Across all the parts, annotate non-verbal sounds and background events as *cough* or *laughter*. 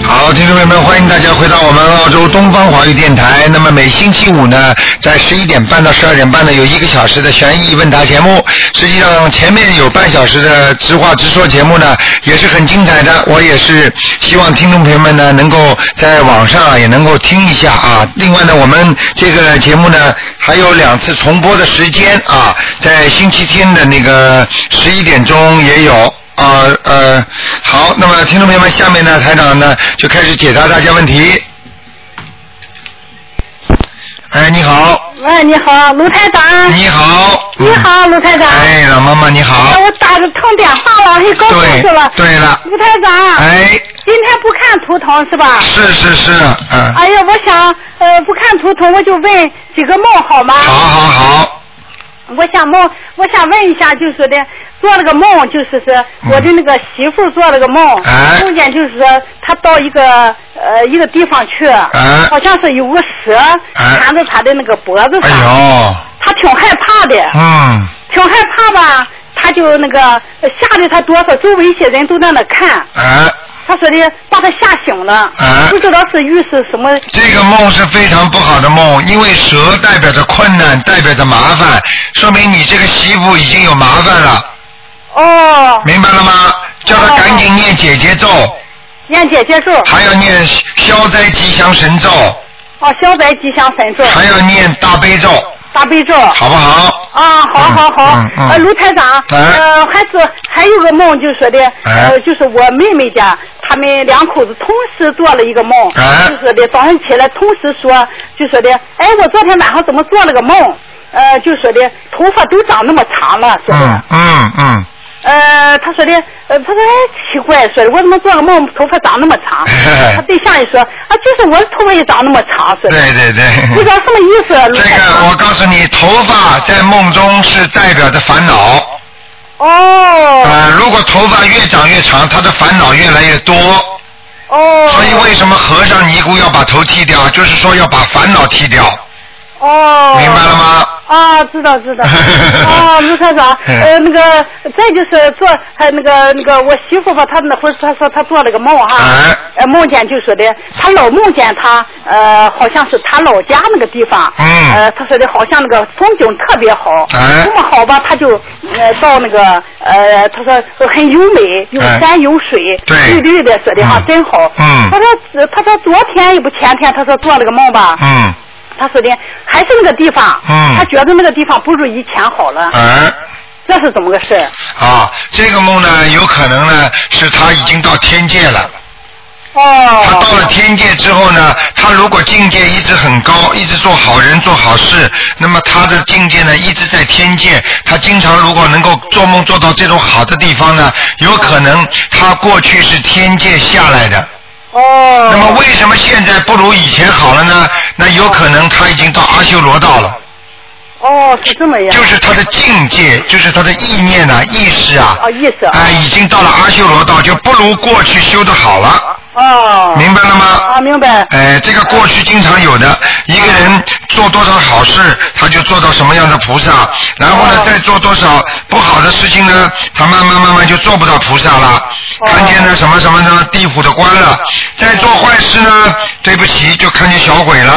好，听众朋友们，欢迎大家回到我们澳洲东方华语电台。那么每星期五呢，在十一点半到十二点半呢，有一个小时的悬疑问答节目。实际上前面有半小时的直话直说节目呢，也是很精彩的。我也是希望听众朋友们呢，能够在网上啊也能够听一下啊。另外呢，我们这个节目呢，还有两次重播的时间啊，在星期天的那个十一点钟也有。啊呃，好，那么听众朋友们，下面呢，台长呢就开始解答大家问题。哎，你好，喂，你好，卢台长。你好，嗯你好，卢台长。哎，老妈妈你哎，好，我打着通电话了，还搞对清楚了。啊对了，卢台长，哎，今天不看图腾是吧？是是是，嗯，哎呀，我想呃不看图腾，我就问几个梦好吗？好好好，我想梦，我想问一下，就是的，做了个梦，就是是嗯我的那个媳妇儿做了个梦，哎梦见就是她到一个呃一个地方去，哎好像是有个蛇缠着她的那个脖子哎上，呦，她挺害怕的，嗯，挺害怕吧，她就那个呃吓得她哆嗦，周围一些人都在那看，哎，她说的把她吓醒了，哎不知道是预示什么，这个梦是非常不好的梦，因为蛇代表着困难，代表着麻烦，说明你这个媳妇已经有麻烦了，哦，明白了吗？叫她赶紧念姐姐咒。燕姐接受，还要念消灾吉祥神咒，哦，消灾吉祥神咒，还要念大悲咒，大悲咒。好不好？啊，好好好，嗯嗯嗯呃，卢台长，哎呃，还是还有个梦，就是说的，哎呃，就是我妹妹家，他们两口子同时做了一个梦，哎就是的，早上起来同时说，就说的，哎，我昨天晚上怎么做了个梦？呃，就说的头发都长那么长了，说的，嗯嗯嗯，呃，他说的，呃，他说哎奇怪，说的我怎么做个梦头发长那么长？他对象一说，啊，就是我的头发也长那么长，说的，对对不对。知道什么意思，啊卢这台个长。我告诉你，头发在梦中是代表着烦恼。哦呃，如果头发越长越长，他的烦恼越来越多。哦。哎所以为什么和尚尼姑要把头剃掉，就是说要把烦恼剃掉，哦，明白了？吗？啊，知道 *laughs* 知道。哦，卢科长，嗯呃，那个再就是做，还那个那个我媳妇吧，她那会儿她说她做了个梦哈，哎，呃，梦见就说的，她老梦见她，呃，好像是她老家那个地方，嗯呃，她说的好像那个风景特别好，哎这么好吧，她就呃到那个呃，她说很优美，有哎山有水，对绿绿的，说的哈嗯真好，嗯她说她说昨天也不前天，她说做了个梦吧，嗯，他说的还是那个地方，嗯他觉得那个地方不如以前好了，哎、这是怎么个事？啊，这个梦呢，有可能呢是他已经到天界了。他哦，到了天界之后呢，他如果境界一直很高，一直做好人做好事，那么他的境界呢一直在天界。他经常如果能够做梦做到这种好的地方呢，有可能他过去是天界下来的。哦，那么为什么现在不如以前好了呢？那有可能他已经到阿修罗道了，哦是这么样，就是他的境界，就是他的意念啊、意识啊，哦意思啊、啊，已经到了阿修罗道，就不如过去修的好了，哦，明白了吗？啊明白，哦哎，这个过去经常有的，一个人做多少好事，他就做到什么样的菩萨，然后呢，哦再做多少不好的事情呢，他慢慢慢慢就做不到菩萨了，哦看见了什么什么什么地府的官了，再做坏事呢，对不起，就看见小鬼了，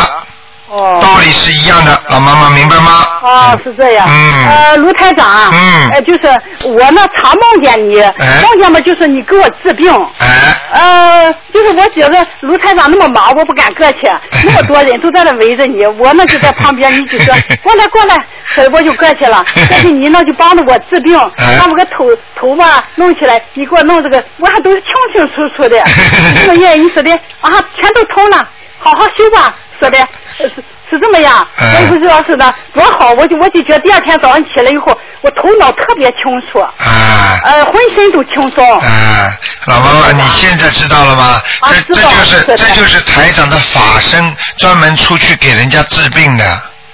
哦。道理是一样的，老妈妈明白吗？哦，是这样。嗯呃，卢台长啊。嗯呃，就是我呢，常梦见你，哎梦见嘛，就是你给我治病。哎，呃，就是我觉得卢台长那么忙，我不敢客 *laughs* 气，那么多人都在那围着你，我呢就在旁边，你 *laughs* 就说过来过来，呃我就客气了。但是你呢就帮着我治病，哎把我个头头吧弄起来，你给我弄这个，我还都是清清楚楚 *laughs* 的。这个月你说的啊，全都通了，好好修吧，说的。呃是是这么样，哎我也不知道是的多好，我就我就觉得第二天早上起来以后，我头脑特别清楚，啊。呃，浑身都轻松。啊，老妈妈，你现在知道了吗？啊这知这道就是知道这就是台长的法身，专门出去给人家治病的。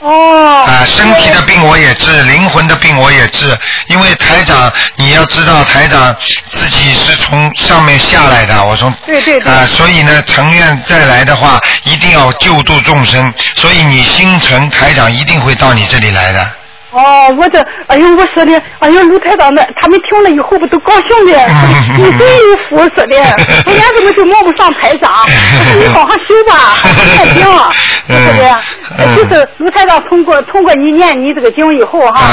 哦。啊，身体的病我也治，灵魂的病我也治，因为台长，你要知道台长自己是从上面下来的，我从对对对啊，所以呢，成愿再来的话，一定要救度众生，所以你心诚，台长一定会到你这里来的。哦，我这，哎呦，我说的，哎呦，卢台长那他们听了以后不都高兴的？啊 *laughs* 你真有福，说的，我原怎么就摸不上台长？你好好修吧，太精了，是不是？哎嗯就是卢台长通过通过你念你这个经以后哈，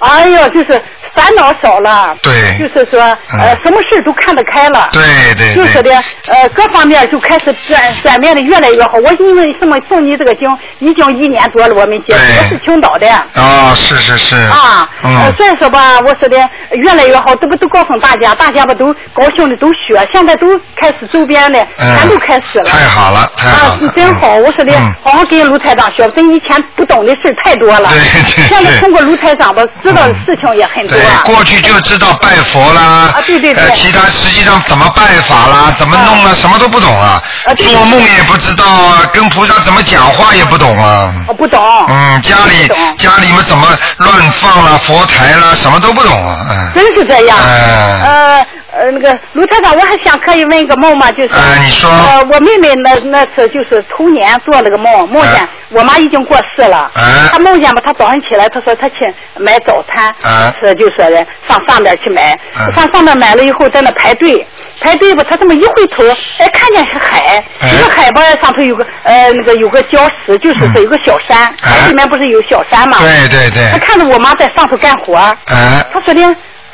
哎哎呦，就是烦恼少了，对就是说呃嗯，什么事都看得开了，对对就是对的，，呃，各方面就开始转转变的越来越好。我因为什么送你这个经，已经一年多了，我们接触，对我是青岛的。哦，是是是。啊，呃嗯，所以说吧，我说的呃越来越好，这不都告诉大家，大家不都高兴的都学，现在都开始周边的，嗯全都开始了。太好了，太好啊，了是，真好！嗯我说的嗯，好好跟卢台长学，真以前不懂的事儿太多了。对对现对在通过卢台长吧，知道的事情也很多。啊对，过去就知道拜佛啦，啊对对对呃，其他实际上怎么拜法啦，怎么弄啦，什么都不懂啊，啊对对做梦也不知道啊，跟菩萨怎么讲话也不懂啊，我不懂。嗯，家里不哦懂家里面怎么乱放啦，佛台啦，什么都不懂啊，嗯，真是这样。哎呃呃，那个卢台长，我还想可以问一个梦吗？就是。哎你说呃，我妹妹那那次就是头年做了个梦，梦见、哎我妈已经过世了。哎她梦见吧，她早上起来，她说她去买早餐，哎是就说的上上边去买，哎上上边买了以后在那排队。排队吧，她这么一回头，哎，看见是海，哎一个海吧上头有个呃那个有个礁石，就是说有个小山，哎海里面不是有小山吗？对对对她，看着我妈在上头干活，哎，他说的，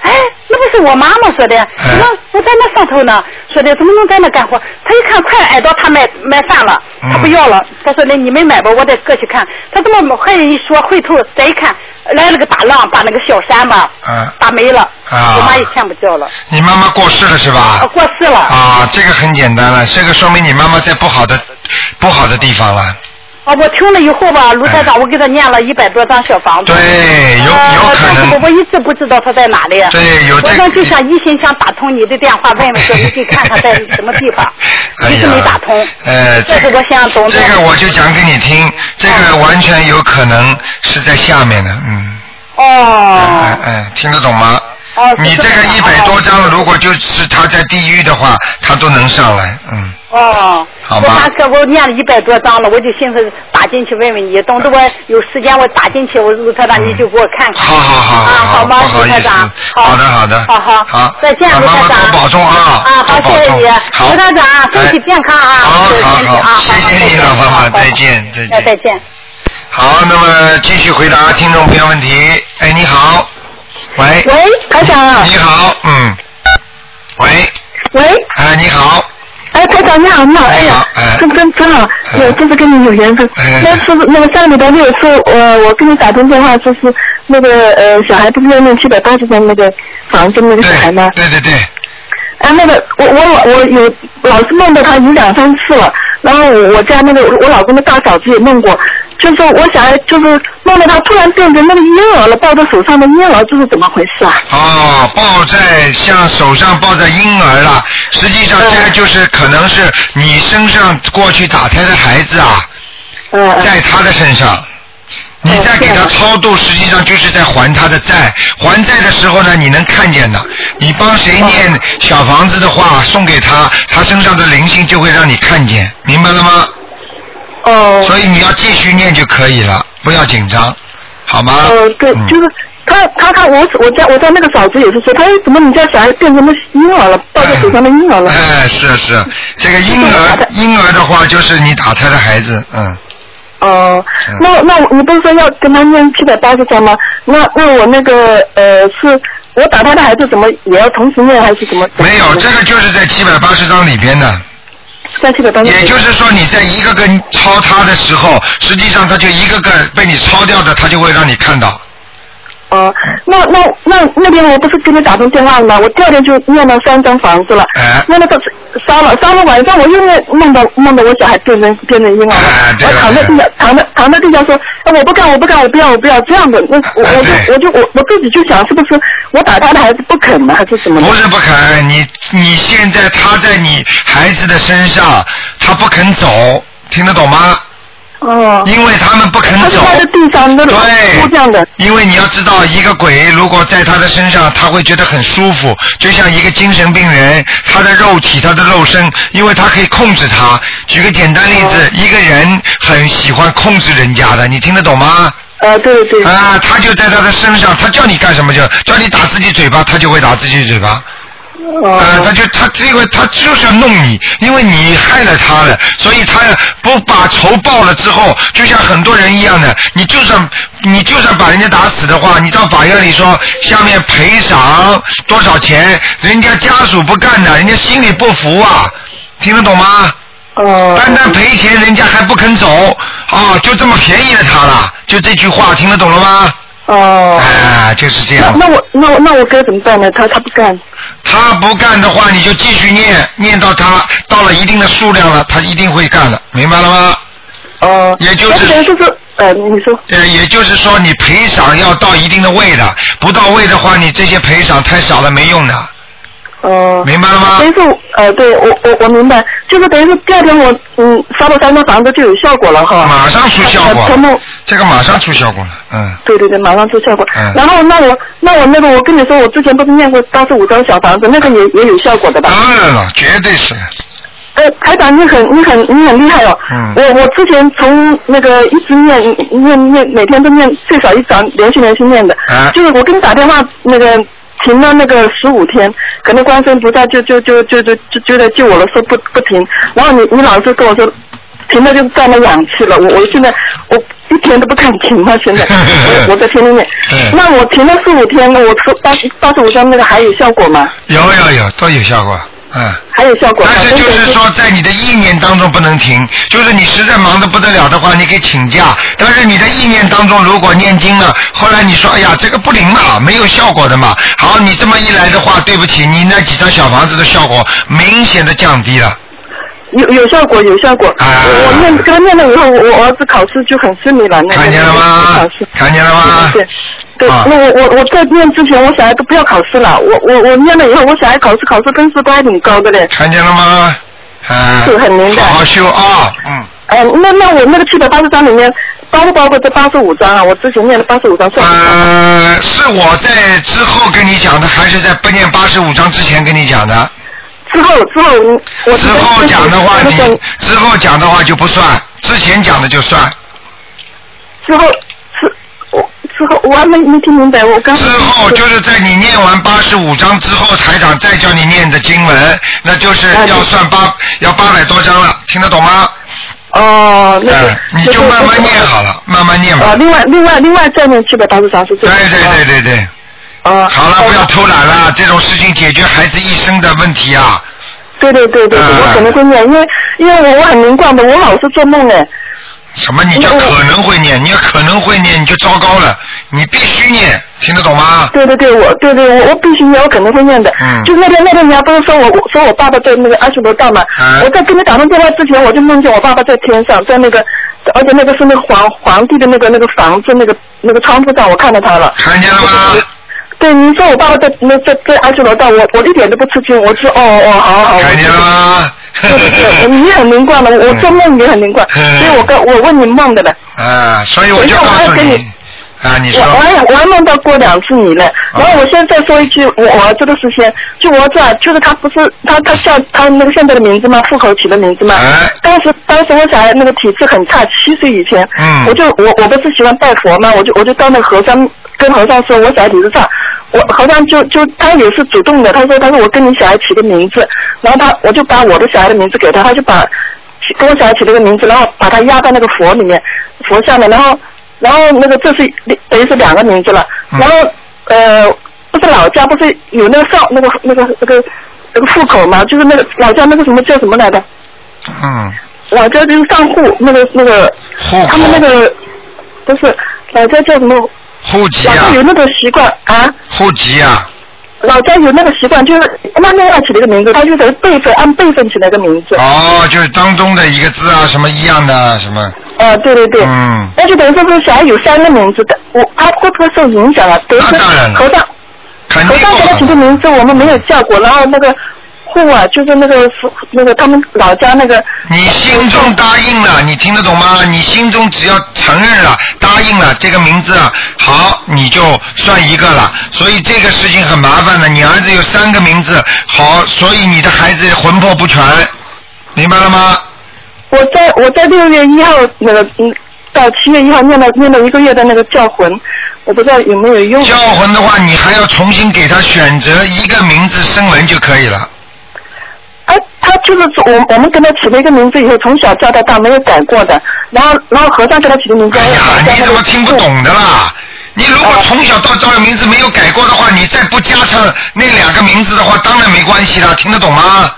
哎，那不是我妈妈说的，怎么我在那上头呢？说的怎么能在那干活？他一看快挨到他买买饭了，嗯他不要了，他说的你们买吧，我得过去看。他这么坏人一说，回头再一看，来了个大浪，把那个小山吧，嗯打没了，啊我妈也看不掉了，你妈妈过世了是吧？啊，过世了，啊，这个很简单了，这个说明你妈妈在不好的不好的地方了。啊，我听了以后吧，卢台长，我给他念了一百多张小房子，哎对，有有呃可但是我能。我一直不知道他在哪里。对，有我这呢个。，就想一心想打通你的电话，问问说你去看看在什么地方 *laughs* 哎一呀直没打通。呃，这这是我想懂的哦这个我就讲给你听，这个完全有可能是在下面的，嗯。哎哦，哎，听得懂吗？哦你这个一听得懂百哦多张，如果就是他在地狱的话，他都能上来，嗯。哦， *laughs* 好我吧大哥，我念了一百多章了，我就寻思打进去问问你，等着我有时间我打进去，我卢台长你就给我看嗯看。好好好啊，好好吗，不好卢意台思长？好的好的好好好再见，那卢妈妈台长。多保重啊啊，好，多谢保谢重你，好卢台长，身体哎健康啊，好注意身体好啊，好谢谢你老婆好，再见再见哎那再见。好，那么继续回答听众朋友问题。哎，你好，喂，喂，台长，你好，嗯，喂，喂，哎，你好，哎，台长你好，你好，哎呀你好哎，真真真好，哎有真是跟你有缘分哎。那是不那个上个礼拜六说，我我跟你打通电话，说是那个呃小孩不是要弄七百八十张那个房子那个小孩吗对？对对对，啊，那个我我我有老是梦到他有两三次了，然后我我家那个我老公的大嫂子也梦过，就是说我想就是梦到他突然变成那个婴儿了，抱着手上的婴儿，这是怎么回事啊？哦，抱在像手上抱着婴儿了，实际嗯上这个就是可能是你身上过去打胎的孩子啊，嗯、嗯在他的身上。哦你在给他超度，实际上就是在还他的债。还债的时候呢，你能看见的。你帮谁哦念小房子的话，送给他，他身上的灵性就会让你看见，明白了吗？哦。所以你要继续念就可以了，不要紧张，好吗？呃，对，嗯就是他他他我我家我家那个嫂子也是说，他说怎么你家小孩变成那婴儿了，抱在手上的婴儿了？哎，是是，这个婴就是打儿胎婴儿的话，就是你打胎的孩子，嗯。哦、哎那那我你不是说要跟他念七百八十张吗？那那我那个呃是，我打他的孩子怎么也要同时念还是怎么？没有，这个就是在七百八十章里边的。在七百八十。也就是说，你在一个个抄他的时候，实际上他就一个个被你抄掉的，他就会让你看到。哦、那那那那边我不是给你打通电话了吗？我第二天就念了三张房子了，哎念了个烧了，烧了晚上我又梦梦到梦到我小孩变成变成婴儿了，哎对我躺在地上躺在躺在地上说，哎我不干我不干我不要我不要这样的，那 *laughs* 我哎我对就我就我我自己就想是不是我打他的孩子不肯呢还是什么呢不？是不肯，你你现在他在你孩子的身上，他不肯走，听得懂吗？哦，因为他们不肯他是走。在地上那种对这样的，因为你要知道，一个鬼如果在他的身上，他会觉得很舒服，就像一个精神病人，他的肉体、他的肉身，因为他可以控制他。举个简单例子，一个人很喜欢控制人家的，你听得懂吗？呃，对对，啊，他就在他的身上，他叫你干什么就叫你打自己嘴巴，他就会打自己嘴巴。啊、他哦，就他这个他就是要弄你，因为你害了他了，所以他不把仇报了之后，就像很多人一样的，你就算你就算把人家打死的话，你到法院里说下面赔偿多少钱，人家家属不干的，人家心里不服啊，听得懂吗？哦，单单赔钱，人家还不肯走，啊，就这么便宜了他了，就这句话听得懂了吗？哦，哎，就是这那样。那我那我那我该怎么办呢？他他不干，他不干的话，你就继续念，念到他到了一定的数量了，他一定会干的，明白了吗？哦，也就是那等于就是，呃，你说，呃，也就是说，你赔偿要到一定的位的，不到位的话，你这些赔偿太少了，没用的，哦，明白了吗等？于是呃，对我我我明白，就是等于是第二天我嗯烧了三张房子就有效果了哈。马上出效果呃全部这个马上出效果了，嗯，对对对，马上出效果。嗯然后那我那我那个我跟你说，我之前不是念过八十五张小房子，那个也也有效果的吧？当然了，绝对是，呃，台长，你很你很你很厉害哦！嗯我我之前从那个一直念念念，每天都念最少一章，连续连续念的。啊就是我跟你打电话那个。停了那个十五天，可能观世音菩萨就就就就就就就在救我了，说不不停。然后你你老是跟我说，停了就断了氧气了。我我现在我一天都不敢停了， *laughs* 现在我我在天里面对。那我停了四五天了，我说八十八十五张那个还有效果吗？有有有，都有效果，嗯。还有效果吗？但是就真的是说，在你的意念当中不能停，就是你实在忙得不得了的话，你可以请假。但是你的意念当中如果念经了，后来你说，哎呀，这个不灵嘛，没有效果的嘛。好，你这么一来的话，对不起，你那几张小房子的效果明显的降低了。有有效果，有效果。啊我我念跟他念了以后，我我儿子考试就很顺利了。那个看见了吗考试？看见了吗？对对，啊那我我我在念之前，我小孩都不要考试了。我我我念了以后，我小孩考试考试分数都还挺高的嘞。看见了吗？啊是很明，白好好修啊、嗯，哎，那那我那个七百八十张里面，包不包括这八十五张啊？我之前念的八十五张算不算？呃，是我在之后跟你讲的，还是在不念八十五章之前跟你讲的？之后之后我我之后讲的话，那你个之后讲的话就不算，之前讲的就算。之后之我之后我还没没听明白，我刚之嗯后就是在你念完八十五章之后，台长再叫你念的经文，那就是啊对要算八要八百多章了，听得懂吗？哦，那个嗯，你就慢慢念好。了，慢慢念啊，吧。另外另外另外再念七百八十张是对最对对对对，啊，好了，不要偷懒了，这种事情解决孩子一生的问题啊。对对对对，对啊我可能会念，因为因为我我很灵光的，我老是做梦呢。什么？你叫那我可能会念，你要可能会念，你就糟糕了，你必须念，听得懂吗？对对对，我对对我我必须念，我肯定会念的。嗯就那天那天你还不是说我我说我爸爸在那个阿修罗道嘛？啊我在跟你打通电话之前，我就梦见我爸爸在天上，在那个而且那个是那个皇皇帝的那个那个房子那个那个窗户上，我看到他了。看见了吗？对，您说我爸爸在那在在阿修罗道，我我一点都不吃惊，我说哦哦好好好。看见了吗？对对对，你很灵光的，我做梦也很灵光，嗯所以我跟我问你梦的了。 *laughs* 啊，所以我就等一告下诉我要跟你你，啊，你我我说，啊还我还梦到过两次你呢，然后我现在再说一句我我儿子的事情，就我儿子啊，就是他不是他他叫他那个现在的名字嘛，户口起的名字嘛，哎 *laughs* 当时当时我小孩那个体质很差，七岁以前，嗯我就我我不是喜欢拜佛嘛，我就我就到那个和尚跟和尚说，我小孩体质差。我和尚就就他也是主动的，他说他说我跟你小孩起个名字，然后他我就把我的小孩的名字给他，他就把起跟我小孩起了个名字，然后把他压到那个佛里面，佛下面，然后然后那个这是等于是两个名字了，嗯然后呃不是老家不是有那个少那个那个那个那个户口嘛，就是那个老家那个什么叫什么来着？嗯，老家就是上户那个那个户啊他们那口、个不是老家叫什么？户籍老啊家，有那个习惯啊。户籍啊，老家有那个习惯，就是慢慢要起了一个名字，他就在辈分按辈分起了个名字。哦，就是当中的一个字啊，什么一样的什么，呃，对对对。嗯，那就等于说是小孩有三个名字的，我他会不会受影响啊？等于说那当然了和尚肯和定尚给他起的不好。名字我们没有叫过，然后那个护啊，就是那个那个他们老家那个。你心中答应了，你听得懂吗？你心中只要承认了、答应了这个名字啊，好，你就算一个了。所以这个事情很麻烦的，你儿子有三个名字，好，所以你的孩子魂魄不全，明白了吗？我在我在六月一号那个嗯到七月一号念了念了一个月的那个教魂，我不知道有没有用。教魂的话，你还要重新给他选择一个名字声纹就可以了。哎，他就是我我们给他起了一个名字以后，从小叫到大没有改过的。然后然后和尚给他起的名字。哎呀和尚，叫你他怎么听不懂的啦？你如果从小到大的名字没有改过的话，你再不加上那两个名字的话，当然没关系了，听得懂吗？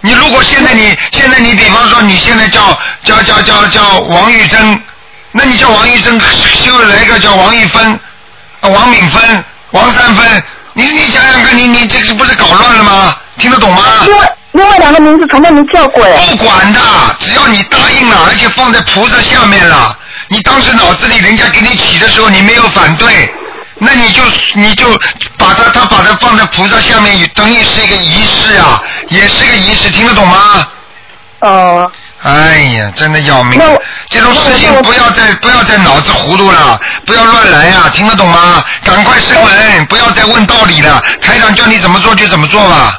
你如果现在你现在你比方说你现在叫叫叫叫叫王玉珍，那你叫王玉珍，修来一个叫王玉芬、啊王敏芬、王三芬，你你想想看，你你这是不是搞乱了吗？听得懂吗？另外另外两个名字从来没叫过哎。不管的，只要你答应了，而且放在菩萨下面了，你当时脑子里人家给你起的时候，你没有反对，那你就你就把它他把它放在菩萨下面，等于是一个仪式啊，也是个仪式，听得懂吗？哦、哎呀，真的要命那我！这种事情那我不要再不要再脑子糊涂了，不要乱来呀、听得懂吗？赶快升文，不要再问道理了，台长叫你怎么做就怎么做吧。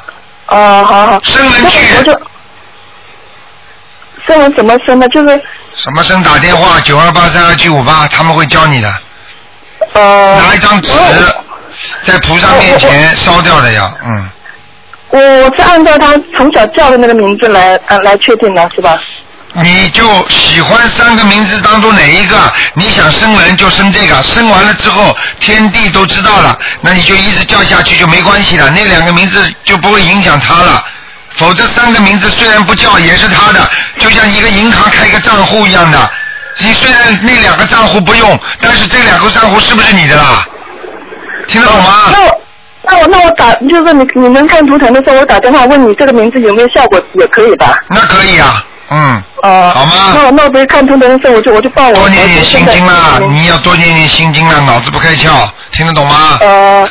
哦、好好。声纹去那我就。声纹怎么声呢？就是什么生打电话九二八三二七五八，他们会教你的。呃。拿一张纸在菩萨面前烧掉的呀，嗯，我我是按照他从小叫的那个名字来呃来确定的，是吧？你就喜欢三个名字当中哪一个，你想生人就生这个，生完了之后天地都知道了，那你就一直叫下去就没关系了，那两个名字就不会影响他了。否则三个名字虽然不叫也是他的，就像一个银行开个账户一样的，你虽然那两个账户不用，但是这两个账户是不是你的啦？听得懂吗？那我那我那我打就是你你们看图腾的时候，我打电话问你这个名字有没有效果，也可以吧？那可以啊，嗯。哦、好吗哦那我那我不是看图腾的时候，我就我就报我多念我念现心在经啦，你要多念念心经啦，脑子不开窍，听得懂吗？ *laughs* 呃，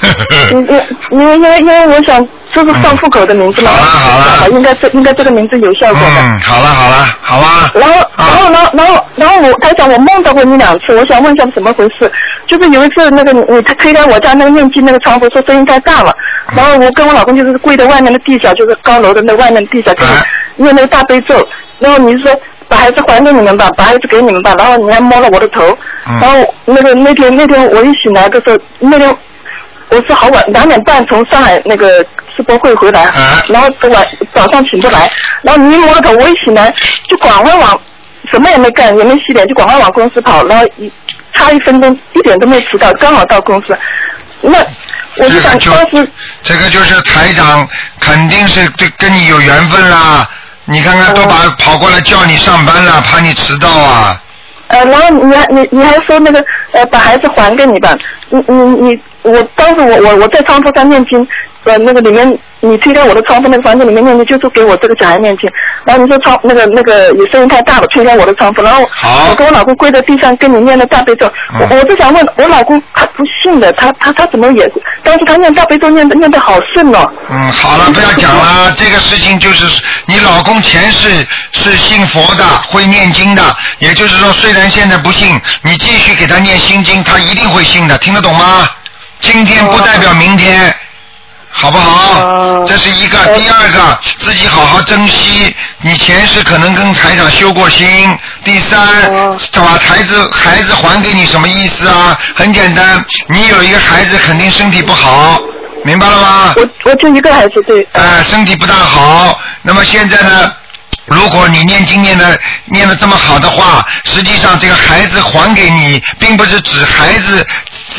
因因为因为因为我想就是放户口的名字嘛，嗯好了好了应该是应该这个名字有效果的。嗯，好了好了，好吧。然后，然后，然后，然后，然后我台长，我梦到过你两次，我想问一下怎么回事？就是有一次那个你你推开我家那个面积那个窗户，说声音太大了，然后我跟我老公就是跪在外面的地下，就是高楼的那外面的地下，就是哎念那个大悲咒，然后你是说把孩子还给你们吧，把孩子给你们吧，然后你还摸了我的头，嗯然后那个那天那天我一醒来的时候，那天我是好晚两点半从上海那个世博会回来，啊然后晚早上醒不来，然后你一摸头，我一醒来就赶快往什么也没干，也没洗脸，就赶快往公司跑，然后一差一分钟一点都没迟到，刚好到公司。那我就这想个就当时这个就是台长肯定是对跟你有缘分啦，你看看都把跑过来叫你上班了，怕你迟到啊。呃，然后你还你你还说那个呃，把孩子还给你吧，你你你，我当时我我我在窗户上念经，呃，那个里面你推开我的窗户那个房间里面念经，就是给我这个小孩念经，然后你说窗那个那个你声音太大了，推开我的窗户，然后好我跟我老公跪在地上跟你念了大悲咒，嗯我我就想问我老公他不信的，他他他怎么也，当时他念大悲咒念的念的好顺哦，嗯，好了，不要讲了。这个事情就是你老公前世是信佛的，会念经的，也就是说，虽然现在不信，你继续给他念心经，他一定会信的，听得懂吗？今天不代表明天，好不好哦？这是一个，第二个，自己好好珍惜。你前世可能跟台长修过心。第三哦，把孩子孩子还给你什么意思啊？很简单，你有一个孩子肯定身体不好，明白了吗？我我就一个孩子对，呃，身体不大好。那么现在呢，如果你念经念的念的这么好的话，实际上这个孩子还给你，并不是指孩子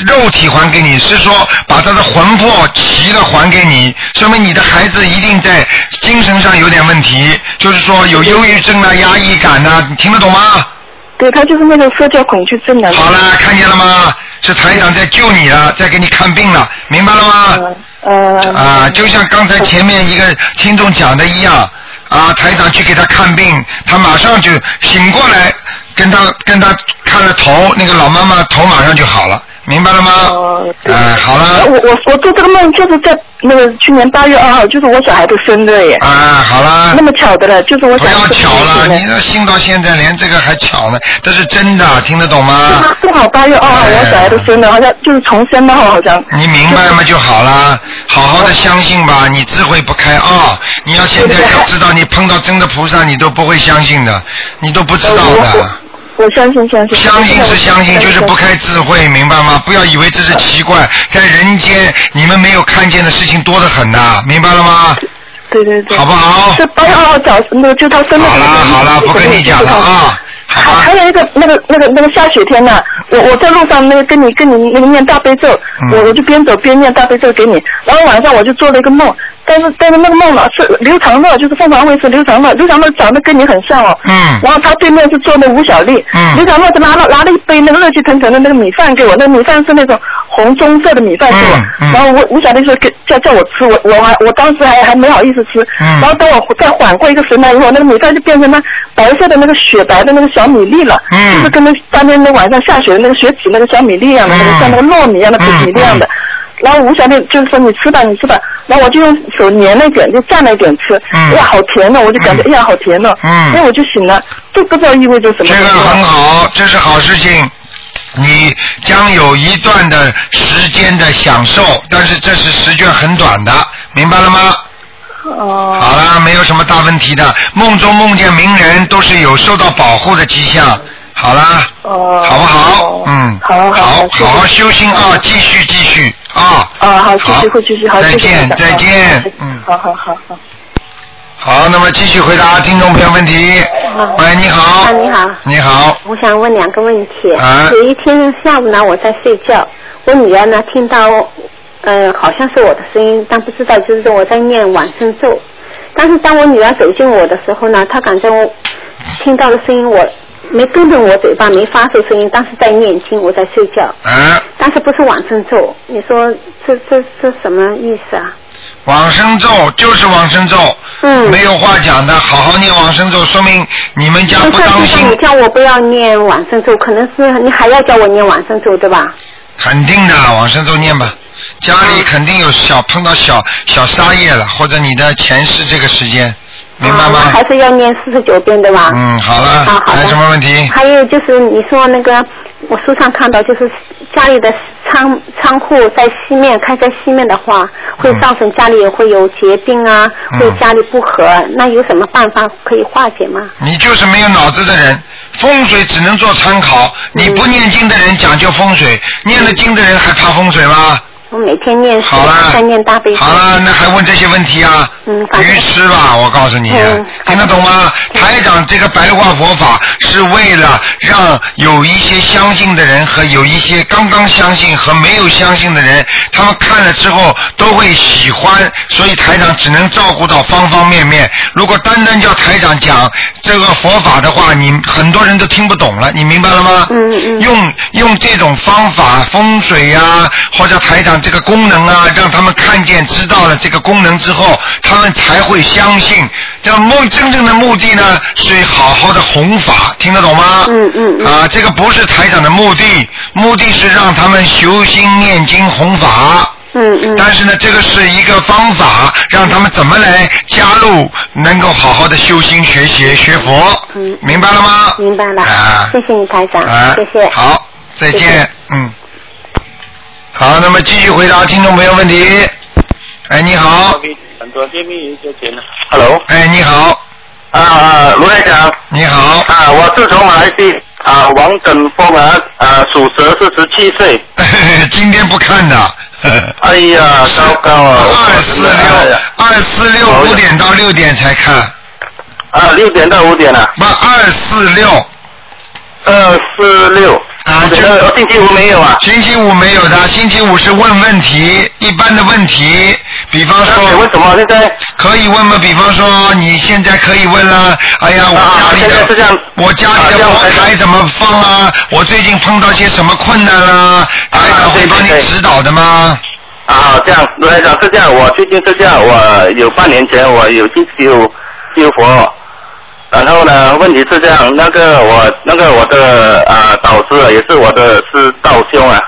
肉体还给你，是说把他的魂魄齐了还给你，说明你的孩子一定在精神上有点问题，就是说有忧郁症啊、压抑感呐、你听得懂吗？对他就是那个社交恐惧症的，啊好了，看见了吗？是台长在救你了，在给你看病了，明白了吗？呃呃啊，就像刚才前面一个听众讲的一样，啊，台长去给他看病，他马上就醒过来，跟他跟他看了头，那个老妈妈头马上就好了，明白了吗？哦哎、好了。我我我做这个梦就是在那个去年八月二号，就是我小孩的生日耶。啊，好啦那，么巧的了，就是我小不要孩的巧生了，日你这信到现在连这个还巧呢，这是真的，听得懂吗？呢。正好八月二号，哎我小孩的生日，好像就是重生的哈，好像。你明白吗就好了，好好的相信吧。你智慧不开啊、你要现在对对对要知道，你碰到真的菩萨，你都不会相信的，你都不知道的。呃我我相信相信。相信是相信，就是不开智慧，明白吗？不要以为这是奇怪，在人间你们没有看见的事情多得很呐、明白了吗？对对对。好不好？是八月二号早，那个就他生日。好啦好啦，不跟你讲了啊，好还吧还？有一个那个那个那个下雪天呢、我我在路上那个跟你跟你那个念大悲咒，嗯我我就边走边念大悲咒给你，然后晚上我就做了一个梦，但是但是那个梦呢是刘长乐，就是凤凰卫视刘长乐，刘长乐长得跟你很像哦，嗯然后他对面是坐那吴小丽，嗯刘长乐就拿了拿了一杯那个热气腾腾的那个米饭给我，那米饭是那种红棕色的米饭给我，嗯嗯然后我吴小丽说给叫叫我吃，我我还我当时还还没好意思吃，嗯然后等我再缓过一个神来以后，那个米饭就变成那白色的那个雪白的那个小米粒了，嗯就是跟那当天那晚上下雪的那个雪体那个小米粒一样的，那嗯个像那个糯米一样的嗯米粒一样的。然后吴小丽就是说你吃吧，你吃吧。然后我就用手粘了一点，就蘸了一点吃。嗯哎呀，好甜呢！我就感觉嗯哎呀，好甜呢。嗯所以我就醒了，这不知道意味着什么。这个很好，这是好事情。你将有一段的时间的享受，但是这是时间很短的，明白了吗？哦。好啦，没有什么大问题的。梦中梦见名人都是有受到保护的迹象。好啦，哦。好不好哦？嗯，好好，好谢谢好好修心啊，继续继续啊。哦哦啊，好，继续会继续，好，再谢谢见台长再见好，嗯。好好好好。好，那么继续回答听众朋友问题。喂，你好。啊你好你好，我想问两个问题。啊有一天下午呢，我在睡觉，我女儿呢听到，呃，好像是我的声音，但不知道就是我在念往生咒。但是当我女儿走近我的时候呢，她感觉我听到的声音，我没跟着我嘴巴没发出声音，但是在念经，我在睡觉，啊，但是不是往生咒？你说这这这什么意思啊？往生咒就是往生咒，嗯，没有话讲的，好好念往生咒，说明你们家那不当上次心你，叫我不要念往生咒，可能是你还要叫我念往生咒对吧？肯定的，往生咒念吧。家嗯里肯定有小碰到小小沙业了，或者你的前世这个时间，明白啊吗那？还是要念四十九遍对吧？嗯，好了，啊好的还有什么问题？还有就是你说那个，我书上看到就是家里的仓仓库在西面开在西面的话，会嗯造成家里会有结冰啊，嗯会家里不和，那有什么办法可以化解吗？你就是没有脑子的人，风水只能做参考。你不念经的人讲究风水，念了经的人还怕风水吗？我每天念书好啦，，在念大悲咒好。啦，那还问这些问题啊？嗯反正愚痴吧，我告诉你啊嗯，听得懂吗？台长这个白话佛法是为了让有一些相信的人和有一些刚刚相信和没有相信的人，他们看了之后都会喜欢，所以台长只能照顾到方方面面。如果单单叫台长讲这个佛法的话，你很多人都听不懂了，你明白了吗？嗯嗯用用这种方法风水呀、或者台长这个功能啊，让他们看见知道了这个功能之后，他们才会相信。这目真正的目的呢，是好好的弘法，听得懂吗？嗯嗯嗯啊，这个不是台长的目的，目的是让他们修心念经弘法。嗯嗯但是呢，这个是一个方法，让他们怎么来加入，能够好好的修心学习学佛，嗯明白了吗？明白了啊，谢谢你台长啊，谢谢好，再见，谢谢嗯。好，那么继续回答听众朋友问题。哎，你好， Hello，哎，你好，啊，卢台长，你好，啊，我是从马来西亚啊，王振峰啊，啊，属蛇，四十七岁。 *laughs* 今天不看的。哎呀，糟糕啊！二四哎六呀，二四六哎呀五点到六点才看，啊，六点到五点啊，不，二四六，二四六。啊这这个星期五没有啊？星期五没有的，星期五是问问题，一般的问题，比方那你说为什么现在？可以问吗？比方说你现在可以问啦，哎呀，我啊家里现在是这的、样我家啊里这的样佛我台怎么放啊？我最近碰到些什么困难啦？台长会对对帮你啊对指导的吗？啊，这样，卢台长是这样，我最近是这样，我有半年前我有去修修佛，然后呢，问题是这样，那个我那个我的啊、导师啊也是我的是道兄啊，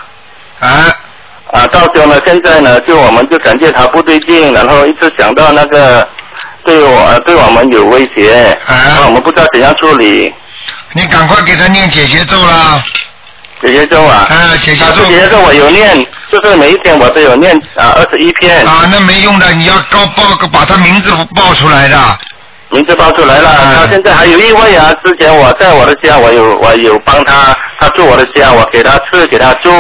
啊，啊，道兄呢，现在呢，就我们就感觉他不对劲，然后一直想到那个对我呃对我们有威胁，那、我们不知道怎样处理。你赶快给他念解决咒啦。姐姐咒啊，啊，解决咒。姐姐咒我有念，就是每一天我都有念啊，二十一篇，啊，那没用的，你要告报把他名字报出来的。啊名字报出来了。他现在还有一位啊，之前我在我的家，我有我有帮他，他住我的家，我给他吃给他住，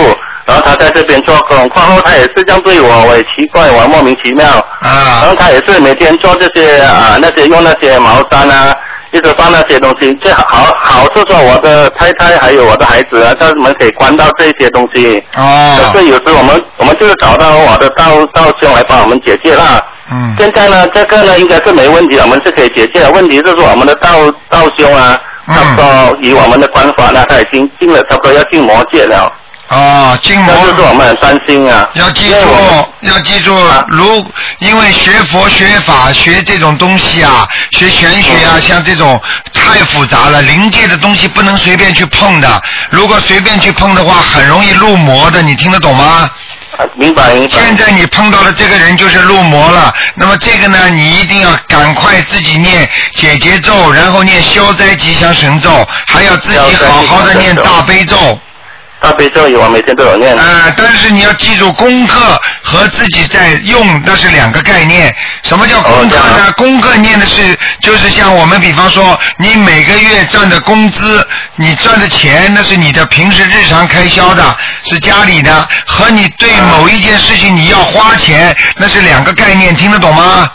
然后他在这边做工，况后他也是这样对我，我也奇怪，我莫名其妙。啊。然后他也是每天做这些啊那些用那些毛衫啊，一直放那些东西。最好好好是说我的太太还有我的孩子啊，他们可以关到这些东西。哦。可是有时我们我们就是找到我的道道兄来帮我们解决啦。嗯。现在呢，这个呢应该是没问题了，我们是可以解决的。问题就是我们的道道兄啊，嗯差不多以我们的观法呢，他已经进了差不多要进魔界了。哦，静那就是我们很担心啊。要记住，要记住，如因为学佛、学法、学这种东西啊，学玄学啊，像这种太复杂了，灵界的东西不能随便去碰的。如果随便去碰的话，很容易入魔的，你听得懂吗？啊明白明白。现在你碰到的这个人就是入魔了，那么这个呢，你一定要赶快自己念解结咒，然后念消灾吉祥神咒，还要自己好好的念大悲咒。大悲咒我每天都有念。啊，但是你要记住，功课和自己在用那是两个概念。什么叫功课呢？功课念的是，就是像我们比方说，你每个月赚的工资，你赚的钱，那是你的平时日常开销的，是家里的，和你对某一件事情你要花钱，那是两个概念，听得懂吗？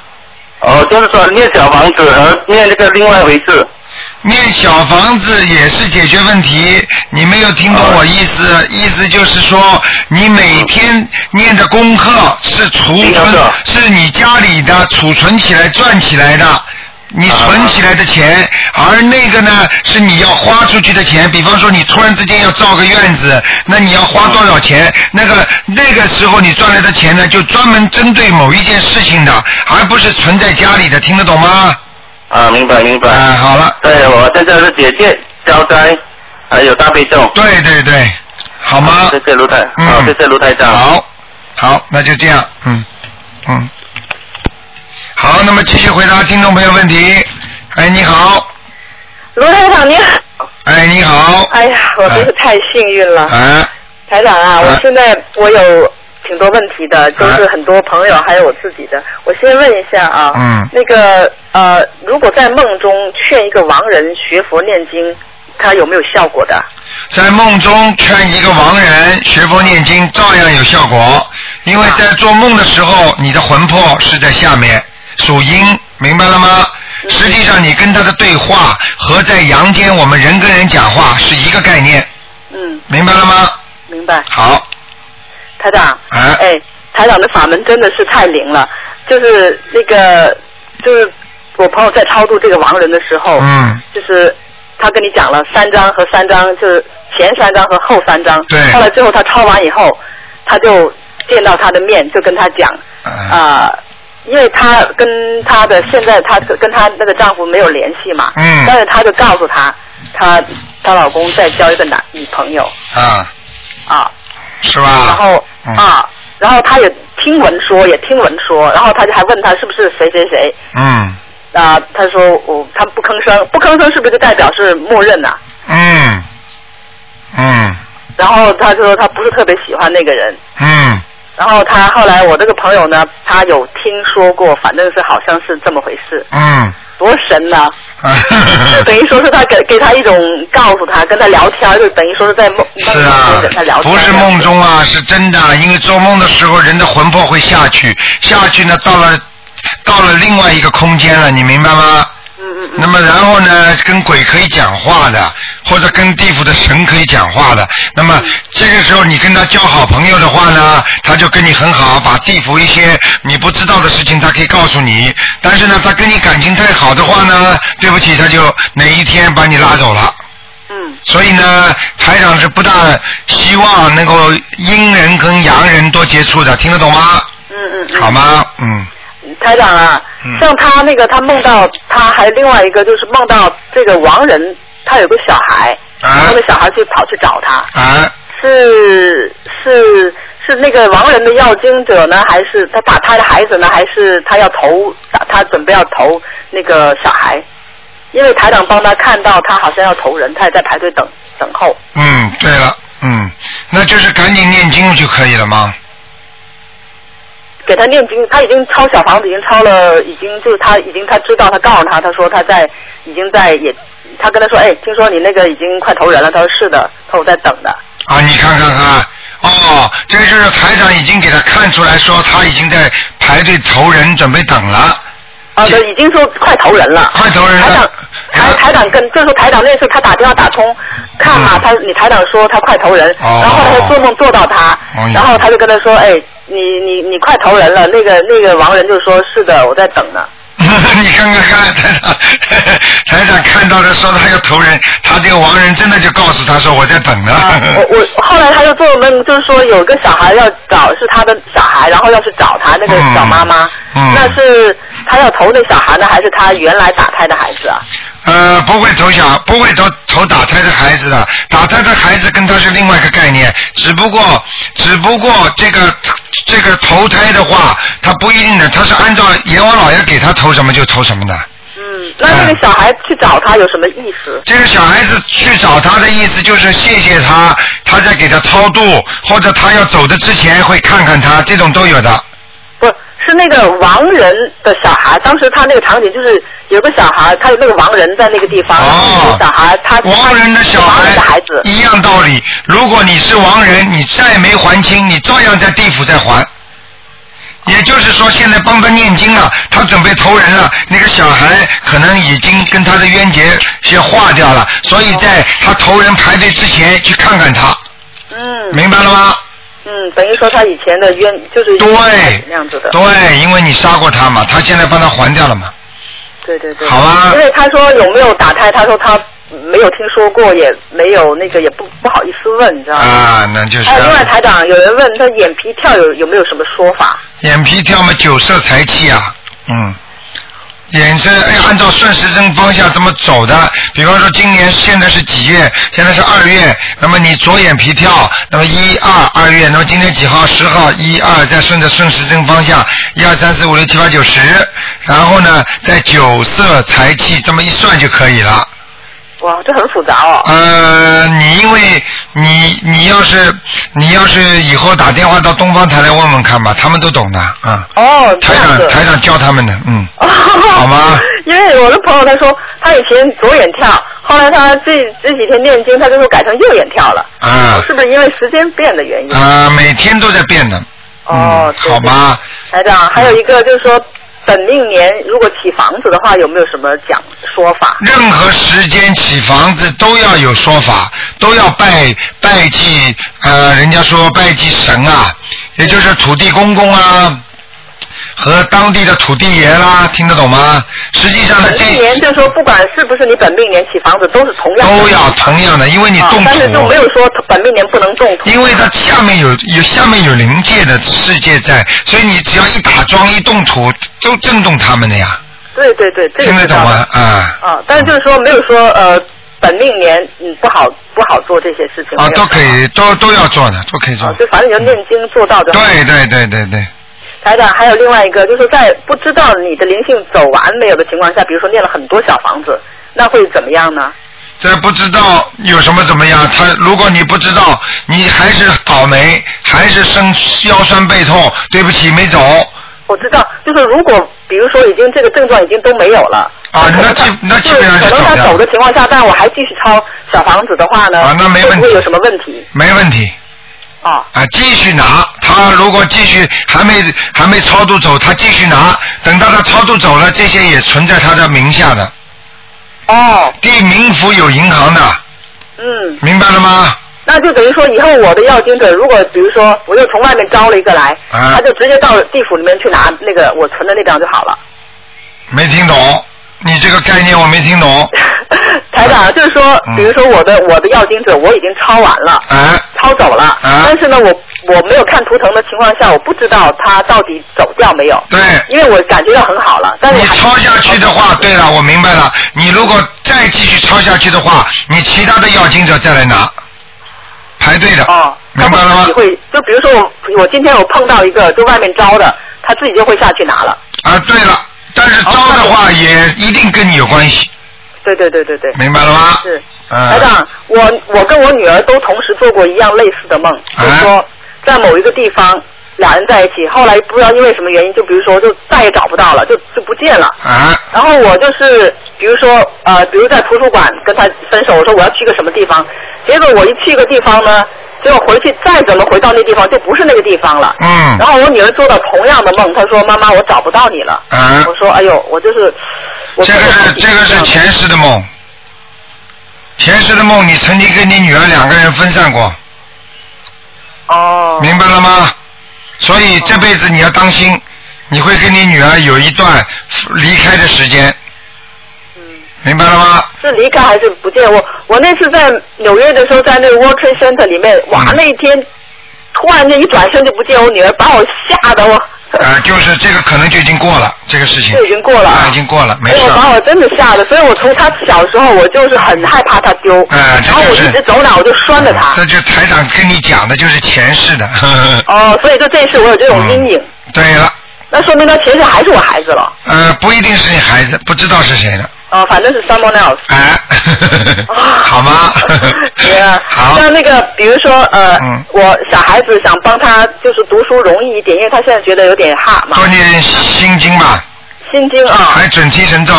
哦，就是说念小房子和念那个另外一回事。念小房子也是解决问题，你没有听懂我意思，意思就是说，你每天念的功课是储存，是你家里的储存起来赚起来的。你存起来的钱，而那个呢是你要花出去的钱。比方说，你突然之间要造个院子，那你要花多少钱？那个那个时候你赚来的钱呢，就专门针对某一件事情的，而不是存在家里的，听得懂吗？啊，明白明白。啊，好了。对，我现在是姐姐消灾，还有大悲咒。对对对，好吗？嗯谢谢卢台，好，谢谢卢台长。好，好，那就这样，嗯，嗯，好，那么继续回答听众朋友问题。哎，你好，卢台长你好，哎，你好，哎呀，我真是太幸运了。哎，哎台长啊，我现在我有挺多问题的，都是很多朋友还有我自己的。我先问一下啊，嗯那个呃，如果在梦中劝一个亡人学佛念经，他有没有效果的？在梦中劝一个亡人学佛念经，照样有效果，因为在做梦的时候，你的魂魄是在下面，属阴，明白了吗？嗯实际上，你跟他的对话和在阳间我们人跟人讲话是一个概念，嗯，明白了吗？明白。好，台长，哎，台长的法门真的是太灵了，就是那个，就是我朋友在超度这个亡人的时候，嗯，就是他跟你讲了三章和三章，就是前三章和后三章，对后来最后他抄完以后，他就见到他的面，就跟他讲，嗯哎啊、因为他跟他的现在他跟他那个丈夫没有联系嘛，嗯但是他就告诉他，他她老公在交一个男女朋友啊，啊，是吧？然后、嗯啊，然后他也听闻说，也听闻说，然后他就还问他是不是谁谁谁嗯啊？他说我他不吭声，不吭声是不是就代表是默认呐、嗯嗯然后他说他不是特别喜欢那个人。嗯然后他后来我这个朋友呢，他有听说过，反正是好像是这么回事，嗯， *laughs* 多神呐、就等于说是他给给他一种告诉他，跟他聊天，就等于说是在梦是啊，不是梦中啊，是真的。因为做梦的时候，人的魂魄会下去，下去呢，到了到了另外一个空间了，你明白吗？嗯嗯那么然后呢，跟鬼可以讲话的，或者跟地府的神可以讲话的。那么这个时候你跟他交好朋友的话呢，他就跟你很好，把地府一些你不知道的事情他可以告诉你。但是呢，他跟你感情太好的话呢，对不起，他就哪一天把你拉走了。嗯所以呢，台长是不大希望能够阴人跟阳人多接触的，听得懂吗？嗯嗯。好吗？嗯。台长啊，像她那个，她梦到她还另外一个就是梦到这个亡人，她有个小孩，然后那小孩就跑去找她，啊，是是是那个亡人的要经者呢，还是他打他的孩子呢，还是他要投打他准备要投那个小孩？因为台长帮他看到他好像要投人，他也在排队等等候。嗯，对了，嗯，那就是赶紧念经就可以了吗？给他念经，他已经抄小房子，已经抄了，已经就是他已经他知道，他告诉他，他说他在已经在也，他跟他说，哎，听说你那个已经快投人了，他说是的，他说我在等的，啊，你看看看，哦，这个就是台长已经给他看出来说他已经在排队投人，准备等了。啊，对，已经说快投人了，快投人啊台长，台台长跟，就是台长那次他打电话打通，看嘛，他你台长说他快投人，哦然后他就做梦做到他，哦你然后他就跟他说，哎，你你你快投人了，那个那个亡人就说是的，我在等呢。 *laughs* 你看看看，台长，台长看到的说他要投人，他这个亡人真的就告诉他说我在等呢。啊 *laughs* 我我后来他就做了梦，就是说有个小孩要找是他的小孩，然后要去找他那个小妈妈，嗯那是他要投那小孩呢，还是他原来打胎的孩子啊？呃，不会投小，不会投投打胎的孩子的，打胎的孩子跟他是另外一个概念，只不过只不过这个这个投胎的话，他不一定的，他是按照阎王老爷给他投什么就投什么的。嗯，那那个小孩去找他有什么意思？这个小孩子去找他的意思就是谢谢他，他在给他超度，或者他要走的之前会看看他，这种都有的。不是那个亡人的小孩，当时他那个场景就是有个小孩，他有那个亡人在那个地方，哦那个小孩他亡人的小他亡孩人的孩子，一样道理，如果你是亡人，你再没还清，你照样在地府再还。也就是说，现在帮他念经了，他准备投人了，那个小孩可能已经跟他的冤结先化掉了，所以在他投人排队之前去看看他，嗯明白了吗？嗯，等于说他以前的冤就是对那样子的，对，因为你杀过他嘛，他现在帮他还掉了嘛。对对对，好啊因为他说有没有打胎，他说他没有听说过，也没有那个也不不好意思问，你知道吗？啊，那就是哎还有另外台长，有人问他眼皮跳有有没有什么说法？眼皮跳嘛，九色财气啊，嗯，眼色哎，按照顺时针方向这么走的，比方说今年现在是几月？现在是二月，那么你左眼皮跳，那么一二二月，那么今天几号？十号一二，再顺着顺时针方向，一二三四五六七八九十，然后呢，在九色财气这么一算就可以了。哇，这很复杂哦。呃，你因为你你要是你要是以后打电话到东方台来问问看吧，他们都懂的啊。嗯哦，这台样长，。子台长教他们的，嗯，好好吗？ *laughs* 因为我的朋友他说他以前左眼跳，后来他这这几天念经，他就说改成右眼跳了，啊是不是因为时间变的原因？啊，每天都在变的，哦嗯，对好？吧，对台长，还有一个就是说，本命年如果起房子的话，有没有什么讲说法？任何时间起房子都要有说法，都要拜拜祭，呃，人家说拜祭神啊，也就是土地公公啊。和当地的土地爷啦，听得懂吗？实际上呢，本这命年就是说，不管是不是你本命年起房子，都是同样的都要同样的，因为你啊动土，哦但是就没有说本命年不能动土。因为它下面有有下面有灵界的世界在，所以你只要一打桩一动土，都震动他们的呀，对对对，这个听得知懂道的吗？啊、啊，但是就是说没有说呃本命年嗯不好不好做这些事情。啊，都可没有以，都都要做的，都可以做啊，。就反正你就念经做到就好。对对对对对，台长，还有另外一个，就是在不知道你的灵性走完没有的情况下，比如说念了很多小房子，那会怎么样呢？这不知道有什么怎么样？他如果你不知道，你还是倒霉，还是生腰酸背痛，对不起没走我知道，就是如果比如说已经这个症状已经都没有了，啊，可能那他基那基本上就是就可走能他掉走的了，情况下，但我还继续抄小房子的话呢，啊那没会问不题会有什么问题没问题啊？啊，继续拿。他如果继续还没还没超度走，他继续拿，等到他超度走了，这些也存在他的名下的，哦，地名府有银行的，嗯，明白了吗？那就等于说以后我的要经者，如果比如说我又从外面招了一个来，啊他就直接到地府里面去拿那个我存的那张就好了。没听懂，你这个概念我没听懂， *laughs* 台长，就是说嗯，比如说我的我的要经者我已经抄完了，哎、抄走了，啊但是呢，我我没有看图腾的情况下，我不知道他到底走掉没有。对，因为我感觉到很好了，但是哦你抄下去的话，对了，我明白了。你如果再继续抄下去的话，你其他的要经者再来拿，排队的，哦，明白了吗你？会就比如说我我今天我碰到一个就外面招的，他自己就会下去拿了。啊，对了，但是招的话也一定跟你有关系，对对对对对，明白了吗？是。台嗯，长，我我跟我女儿都同时做过一样类似的梦，啊就是说在某一个地方俩人在一起，后来不知道因为什么原因，就比如说就再也找不到了，就就不见了。啊，然后我就是，比如说，呃，比如在图书馆跟他分手，我说我要去个什么地方，结果我一去一个地方呢，结果回去再怎么回到那地方就不是那个地方了。嗯然，后我女儿做到同样的梦，她说：“妈妈，我找不到你了。啊我，说：“哎呦，我就是，我这个是这个是前世的梦，前世的梦，你曾经跟你女儿两个人分散过，哦，明白了吗？所以这辈子你要当心，你会跟你女儿有一段离开的时间，嗯，明白了吗？是离开还是不见？我我那次在纽约的时候，在那个 World Trade Center 里面，哇，嗯那一天突然间一转身就不见我女儿，把我吓得我。 *laughs* 呃，就是这个可能就已经过了，这个事情这已经过了啊啊，已经过了，没哎事呦，儿。把我真的吓得，所以我从他小时候，我就是很害怕他丢，哎这然后就我是嗯一直走哪我就拴着他。这就台长跟你讲的就是前世的。 *laughs* 呵呵哦，所以就这一次我有这种阴影，对了，那说明他前世还是我孩子了。呃，不一定是你孩子，不知道是谁的，哦，反正是 someone else。哎， *laughs* 啊好 *laughs* 吗 Yeah，？ *laughs* 好，啊像那个，比如说，呃，嗯我小孩子想帮他就是读书容易一点，因为他现在觉得有点哈嘛多，哎念心经吧，心经啊，还准提神咒，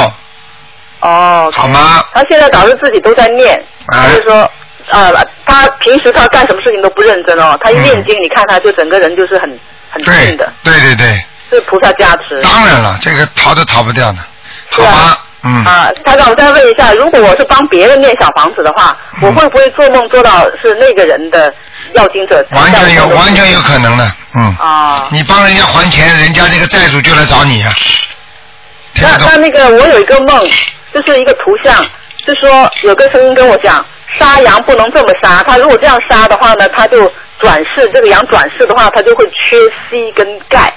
哦，好吗？他现在导致自己都在念，哎他就说，呃，他平时他干什么事情都不认真哦，他一念经，你看他就整个人就是很很对静的，，对对对，是菩萨加持。当然了，这个逃都逃不掉的，好吗？嗯，啊，台长，我再问一下，如果我是帮别人念小房子的话，嗯我会不会做梦做到是那个人的要经者？完全有完全有可能的，嗯，啊。你帮人家还钱，人家这个债主就来找你呀，听得那懂那？那个，我有一个梦，就是一个图像，是说有个声音跟我讲，杀羊不能这么杀，他如果这样杀的话呢，他就转世，这个羊转世的话，他就会缺硒跟钙。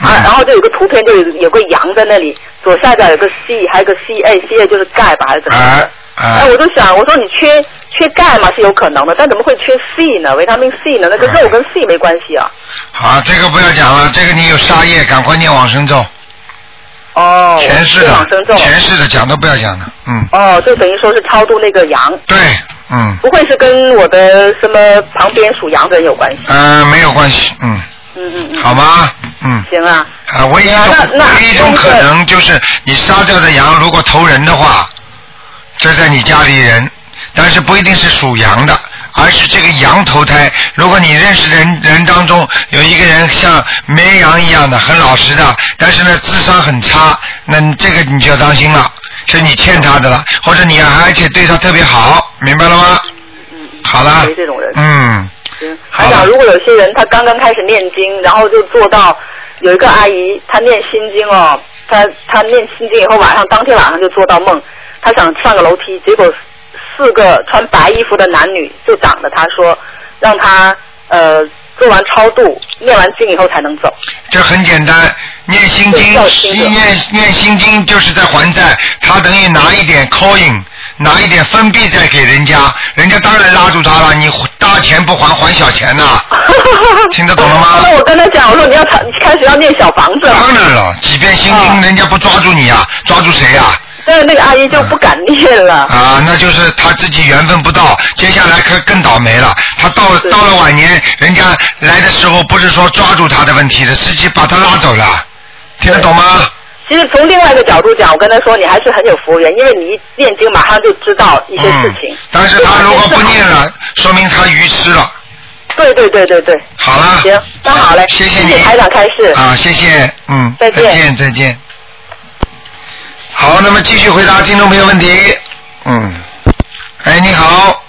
啊，嗯然后就有个图片，就有有个羊在那里，左下角有个 C，还有个 CA，CA 就是钙吧，还是怎么样？哎哎，哎我，就想，我说你缺缺钙嘛是有可能的，但怎么会缺 C 呢？维他命 C 呢？那个肉跟 C 没关系啊。好，这个不要讲了，这个你有杀业，赶快念往生咒，哦，前世是往生咒的，。前世的讲都不要讲了，嗯，哦，就等于说是超度那个羊，对，嗯，不会是跟我的什么旁边属羊的人有关系？呃，没有关系，嗯，嗯嗯嗯，好吗？嗯，行啊。啊，唯一一那种那唯一一种那个可能就是你杀掉的羊如果投人的话，这在你家里人，但是不一定是属羊的，而是这个羊投胎。如果你认识人人当中有一个人像绵羊一样的很老实的，但是呢智商很差，那你这个你就要当心了，是你欠他的了，或者你而且对他特别好，明白了吗？嗯好了没这种人，嗯，行。好还了长，如果有些人他刚刚开始念经，然后就做到有一个阿姨，她念心经哦，她她念心经以后，晚上当天晚上就做到梦，她想上个楼梯，结果四个穿白衣服的男女就挡着她说，让她呃做完超度，念完经以后才能走。 *laughs* 这很简单，念心经对要，心的念念心经就是在还债，他等于拿一点 coin，拿一点分币债给人家，人家当然拉住他了，你大钱不还还小钱呐、 *laughs* 听得懂了吗那我跟她讲，我说你要开开始要念小房子了，当然了，几遍心经哦人家不抓住你啊，抓住谁呀、但是那个阿姨就不敢念了啊？。那就是他自己缘分不到，接下来可更倒霉了。他到了对到了晚年，人家来的时候不是说抓住他的问题的，自己把他拉走了，听得懂吗？其实从另外一个角度讲，我跟他说，你还是很有服务员，因为你一念经，马上就知道一些事情。嗯。但是他如果不念了，说明他愚痴了。对对对对对，好了。行，那好嘞，啊谢你。谢台长开示。啊，谢谢，嗯。再见再见，再见。好，那么继续回答听众朋友问题。嗯。哎，你好。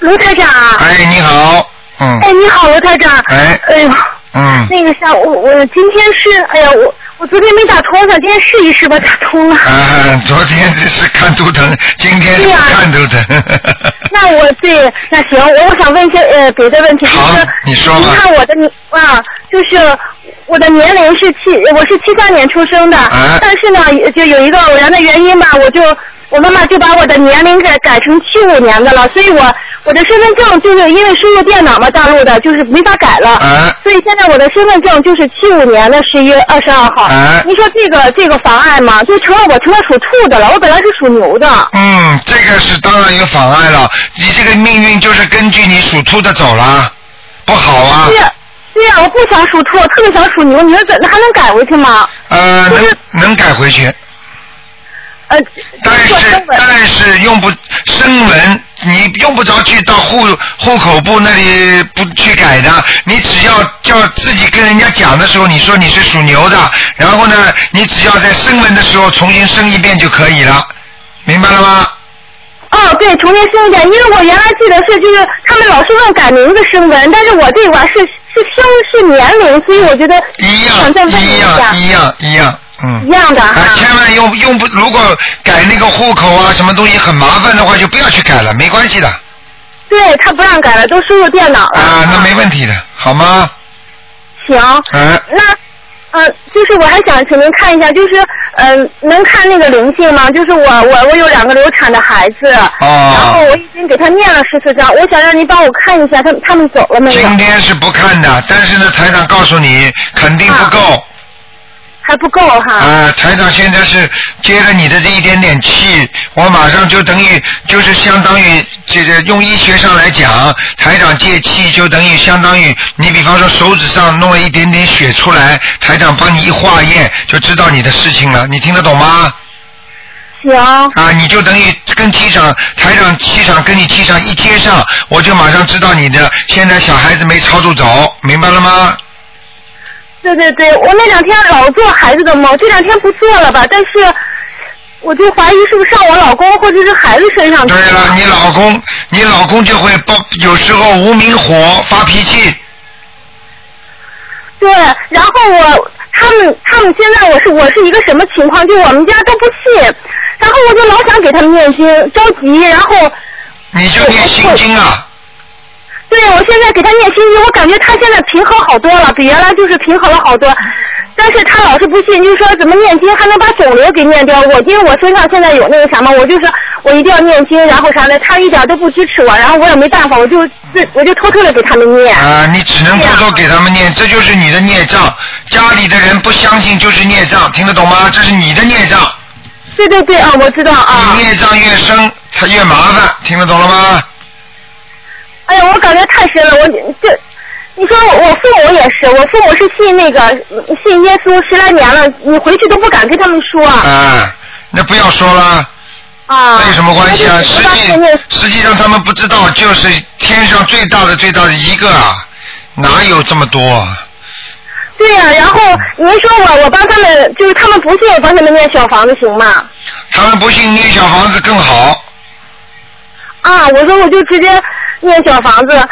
卢台长，啊哎，你好。嗯。哎哎，你好，卢台长。哎哎呦，嗯。那个啥，我我今天是，哎呀，我我昨天没打通呢，今天试一试吧，打通了。啊，昨天是看图腾，今天是啊对呀看图腾。 *laughs* 那我对，那行，我我想问一些呃别的问 *laughs* 题，就是你说吧你看我的年啊，就是我的年龄是七，我是七三年出生的，啊但是呢，就有一个偶然的原因吧，我就我妈妈就把我的年龄给改成七五年的了，所以我我的身份证就是因为输入电脑嘛，大陆的，就是没法改了，啊所以现在我的身份证就是七五年的十一月二十二号，哦啊您说这个这个妨碍吗？就成了我成了属兔的了，我本来是属牛的，嗯，这个是当然有妨碍了，你这个命运就是根据你属兔的走了，不好啊对。呀，对呀、我不想属兔，我特别想属牛。你说怎还能改回去吗？呃，就是能能改回去，呃，但做是中文但是用不声纹，你用不着去到户户口部那里不去改的，你只要叫自己跟人家讲的时候，你说你是属牛的，然后呢，你只要在声纹的时候重新生一遍就可以了，明白了吗？哦，对，重新生一遍，因为我原来记得是就是他们老是问改名字声纹，但是我这块是是生是年龄，所以我觉得一样想再问一下样，一样一样，嗯。一样的哈、啊，千万用用不，如果改那个户口啊，什么东西很麻烦的话，就不要去改了，没关系的对他不让改了，都输入电脑了。啊，那没问题的，好吗？行。嗯，那，呃，就是我还想请您看一下，就是，嗯、能看那个灵性吗？就是我我我有两个流产的孩子，哦啊然后我已经给他念了十四章，我想让您帮我看一下他们他们走了没有今？天是不看的，但是呢，台长告诉你，肯定不啊够还不够啊哈。台长现在是接了你的这一点点气，我马上就等于就是相当于这个用医学上来讲，台长借气就等于相当于你比方说手指上弄了一点点血出来，台长帮你一化验就知道你的事情了，你听得懂吗？行，啊，你就等于跟气场台长气场跟你气场一接上，我就马上知道你的现在小孩子没超度走，明白了吗？对对对，我那两天老做孩子的梦，这两天不做了吧？但是，我就怀疑是不是上我老公或者是孩子身上去对了，你老公，你老公就会爆，有时候无名火发脾气，对，然后我他们他们现在我是我是一个什么情况？就我们家都不信，然后我就老想给他们念经，着急，然后你就念心经啊，对我现在给他念心经，我感觉他现在平和好多了，比原来就是平和了好多。但是他老是不信，就说怎么念经还能把肿瘤给念掉。我因为我身上现在有那个啥嘛，我就说我一定要念经，然后啥的，他一点都不支持我，然后我也没办法，我就自我就偷偷的给他们念。啊，你只能偷偷给他们念，这就是你的孽障，家里的人不相信就是孽障，听得懂吗？这是你的孽障，对对对啊，我知道啊。你孽障越深，它越麻烦，听得懂了吗？哎呀，我感觉太深了，我这，你说我我父母也是，我父母是信那个信耶稣十来年了，你回去都不敢跟他们说啊。啊，那不要说了。啊那有什么关系啊？实我际实际上他们不知道，就是天上最大的最大的一个啊，哪有这么多啊？对呀、然后您说我我帮他们，就是他们不信，我帮他们念小房子行吗？他们不信念小房子更好，啊，我说我就直接念小房子，呃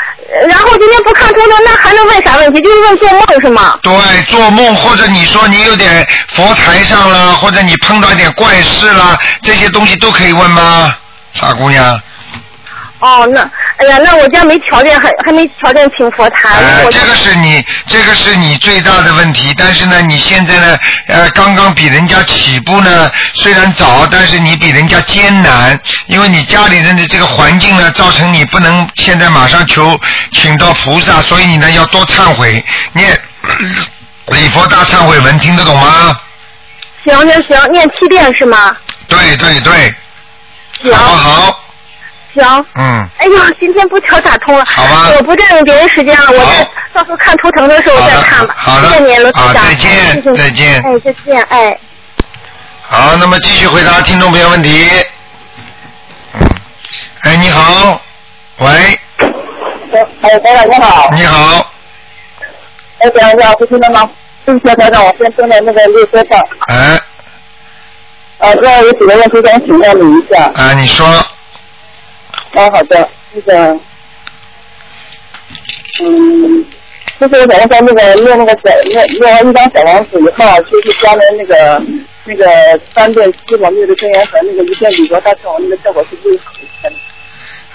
然后今天不看通的，那还能问啥问题？就是问做梦是吗？对，做梦或者你说你有点佛台上啦，或者你碰到一点怪事啦，这些东西都可以问吗？傻姑娘，哦，那哎呀，那我家没条件，还还没条件请佛台，哎、我这个是你这个是你最大的问题，但是呢，你现在呢，呃，刚刚比人家起步呢，虽然早，但是你比人家艰难，因为你家里人的这个环境呢，造成你不能现在马上求请到菩萨，所以你呢要多忏悔，念礼佛大忏悔文，听得懂吗？行行行，念七遍是吗？对对对，行好不好？行。嗯，哎呦，今天不巧打通了，好吧我不占用别人时间了，我好再到时候看图腾的时候好再的看吧。好的谢谢您，罗啊台长，再见谢谢您再见哎，再见，哎。好，那么继续回答听众朋友问题。嗯，哎，你好，喂，哎，台长你好，你好，哎，等一下，不听得吗？对不起，台长，我先生在那个列车上，哎。呃，另外有几个问题想请教你一下。啊啊，你说，哦，好的，那个，嗯，就是我想在那个念那个小念念完一张小王子以后，啊，就是专门那个那个三遍七广六的真言和那个一遍礼佛大忏悔那个效果是不是很？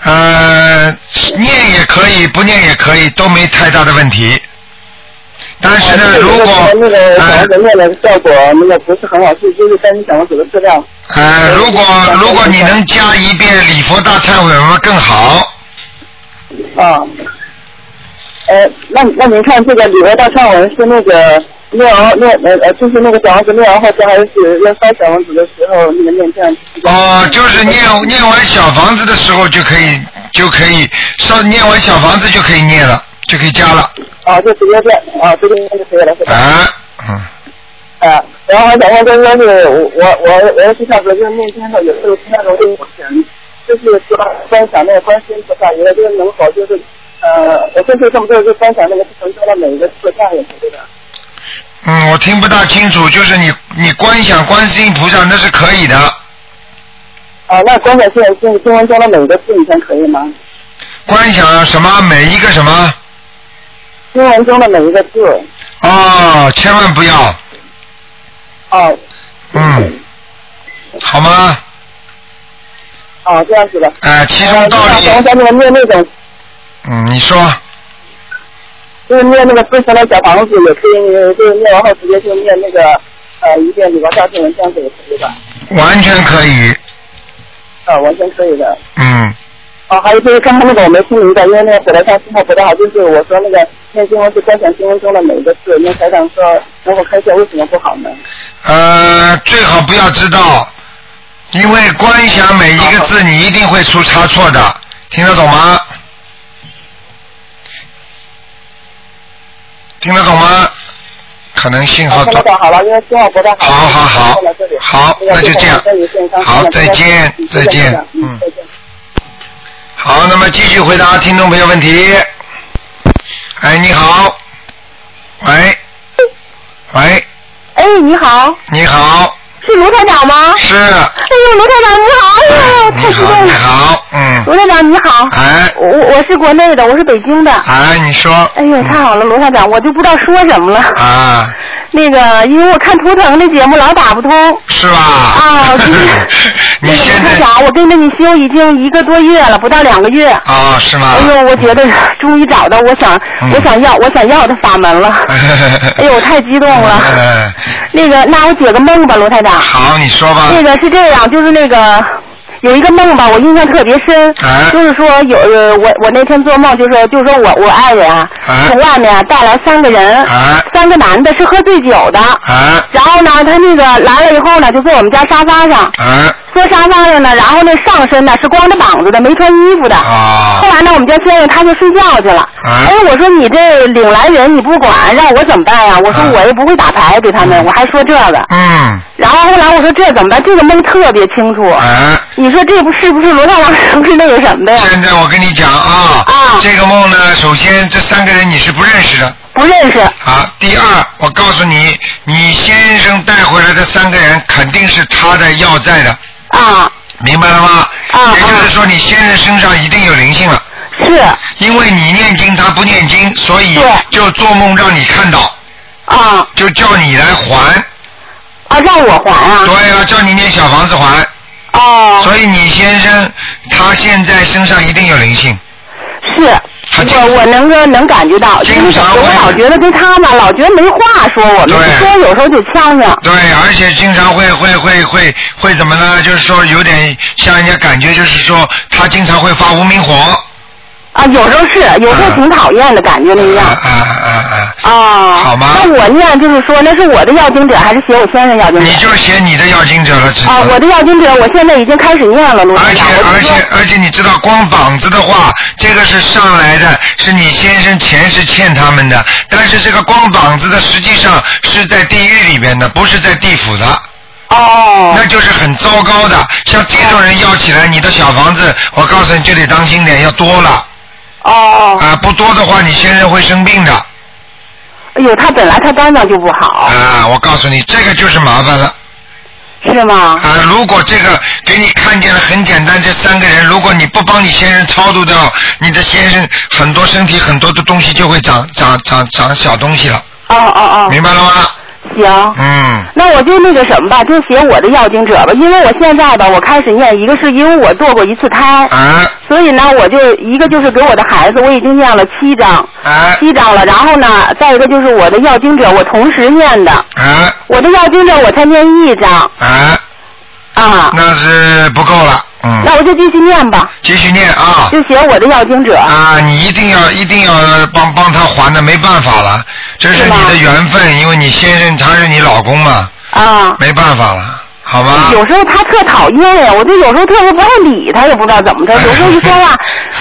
呃，念也可以，不念也可以，都没太大的问题。但是啊呢，如果哎啊那个小王子念的效果那个不是很好，是就是三遍小王子的质量。呃，如果如果你能加一遍礼佛大忏悔文更好。啊。呃，那那您看这个礼佛大忏文是那个念完念呃呃，就是那个小王子念完后，这还是要烧小王子的时候那个念这样。哦，就是念嗯念完小房子的时候就可以就可以烧，念完小房子就可以念了，就可以加了。啊，就直接这样啊，直接念就可以了，是吧？啊，嗯。啊，然后还想问就是说是我我我我是想说就是念经的有时候听到有点神，就是说观想那个观世音菩萨，有的就是能否就是呃，我这次这么做就观想那个成就了每一个字这样也是对的。嗯，我听不大清楚，就是你你观想观世音菩萨那是可以的，啊，那观想现在经经文中的每一个字你看可以吗？观想什么每一个什么经文中的每一个字，哦，千万不要，哦嗯，好吗？哦这样子的。哎、其中道理，想想那个念那种嗯，你说，就是念那个自身的小房子也可以，就是念完后直接就念那个呃一遍礼佛大忏文这样子也可以吧？完全可以，啊，完全可以的。嗯，哦，还有就是刚才那个我没听明白，因为那个回来上信号不太好，就是我说那个念经文是观想经文中的每一个字，那台长说能否开窍为什么不好呢？呃，最好不要知道，因为观想每一个字你一定会出差错的，听得懂吗？听得懂吗？可能信啊号听得短。懂好了，因为信号不太好。好好好到了这里好那那就这样好再见再见嗯，再见。好，那么继续回答听众朋友问题。哎，你好，喂，喂，哎，你好，你好，是卢台长吗？是，哎呦，卢台长你好，哎呦，太激动你了。好，嗯，卢台长你好，哎，我我是国内的，我是北京的。哎，你说哎呦，太好了，卢台长，我就不知道说什么了。啊，那个，因为我看图腾的节目老打不通。是吧？啊，我今天 *laughs* 你现卢台在长，我跟着你修已经一个多月了，不到两个月。啊，是吗哎？呦，我觉得终于找到我想、嗯我想要我想要的法 *laughs* 门了。哎哎 *laughs* 呦，我太激动了。哎，那个，那我解个梦吧，卢台长。好，你说吧。那个是这样，就是那个有一个梦吧，我印象特别深，哎就是说有呃我我那天做梦，就是说就是说我我爱人啊，哎从外面啊带来三个人，哎三个男的是喝醉酒的，哎然后呢他那个来了以后呢就坐我们家沙发上，哎坐沙发上呢，然后那上身呢是光着膀子的，没穿衣服的。啊后来呢，我们家先生他就睡觉去了。哎哎，我说你这领来人你不管，让我怎么办呀？我说哎我又不会打牌给他们，我还说这个。嗯然后后来我说这怎么办？这个梦特别清楚。哎。你说这不是不是罗大郎是不是那个什么的呀？现在我跟你讲啊，啊这个梦呢，首先这三个人你是不认识的不认识。啊。第二，我告诉你，你先生带回来的三个人肯定是他的要债的，啊，明白了吗？啊也就是说，你先生身上一定有灵性了，是因为你念经，他不念经，所以对就做梦让你看到，啊就叫你来还。啊，让我还啊。对了，叫你念小房子还。哦，所以你先生他现在身上一定有灵性，是，他经我我能够能感觉到，经因为常会我老觉得跟他吧，老觉得没话说，我们对说有时候就呛呛。对，而且经常会会会会会怎么呢？就是说有点像人家感觉，就是说他经常会发无名火。啊，有时候是，有嗯时候挺讨厌的感觉那啊样。啊啊啊！哦，好吗那我念就是说，那是我的要经者，还是写我先生要经者你？就写你的要经者了，知道嗯啊，我的要经者，我现在已经开始念了，卢台而且长。我而就说且而且，你知道光膀子的话，这个是上来的，是你先生前世欠他们的，但是这个光膀子的实际上是在地狱里边的，不是在地府的。哦，那就是很糟糕的。像这种人要起来，你的小房子，我告诉你就得当心点，要多了哦，啊，不多的话你先生会生病的哎呦，他本来他肝脏就不好，啊。我告诉你，这个就是麻烦了。是吗？啊，如果这个给你看见了很简单，这三个人，如果你不帮你先生超度掉，你的先生很多身体很多的东西就会长长长长小东西了，哦哦哦，哦明白了吗？行，嗯，那我就那个什么吧，就写我的要经者吧，因为我现在吧，我开始念，一个是因为我堕过一次胎，啊所以呢，我就一个就是给我的孩子，我已经念了七章，啊七章了，然后呢，再一个就是我的要经者，我同时念的，啊我的要经者我才念一章啊，啊，那是不够了，嗯，那我就继续念吧，继续念啊。就写我的要经者，啊，你一定要一定要帮帮他还的，没办法了，这是是吗你的缘分，因为你先生他是你老公嘛，啊。没办法了，好吗？，有时候他特讨厌呀，我就有时候特别不爱理他，也不知道怎么着。有时候一说话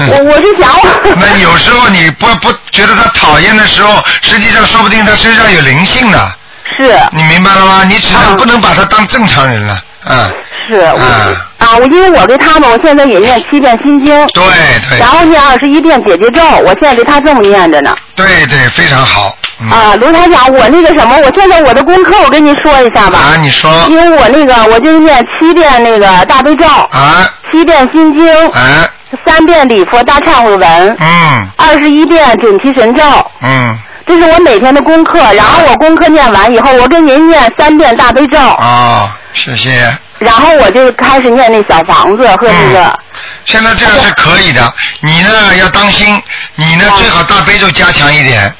我我是想我，那有时候你不不觉得他讨厌的时候，实际上说不定他身上有灵性呢， *laughs* 是你明白了吗？你只能嗯不能把他当正常人了，嗯，是我、嗯啊，我因为我对他们，我现在也念七遍心经，对对然后念二十一遍解决咒，我现在对他这么念着呢。对对，非常好，嗯啊，卢台长，我那个什么，我现在我的功课我跟您说一下吧，啊，你说因为我那个我就念七遍那个大悲咒，啊七遍心经，啊三遍礼佛大忏悔文，嗯二十一遍准提神咒。嗯这是我每天的功课，然后我功课念完以后，我给您念三遍大悲咒，哦，谢谢。然后我就开始念那小房子和那个、嗯现在这样是可以的，你呢要当心，你呢最好大悲咒加强一点，嗯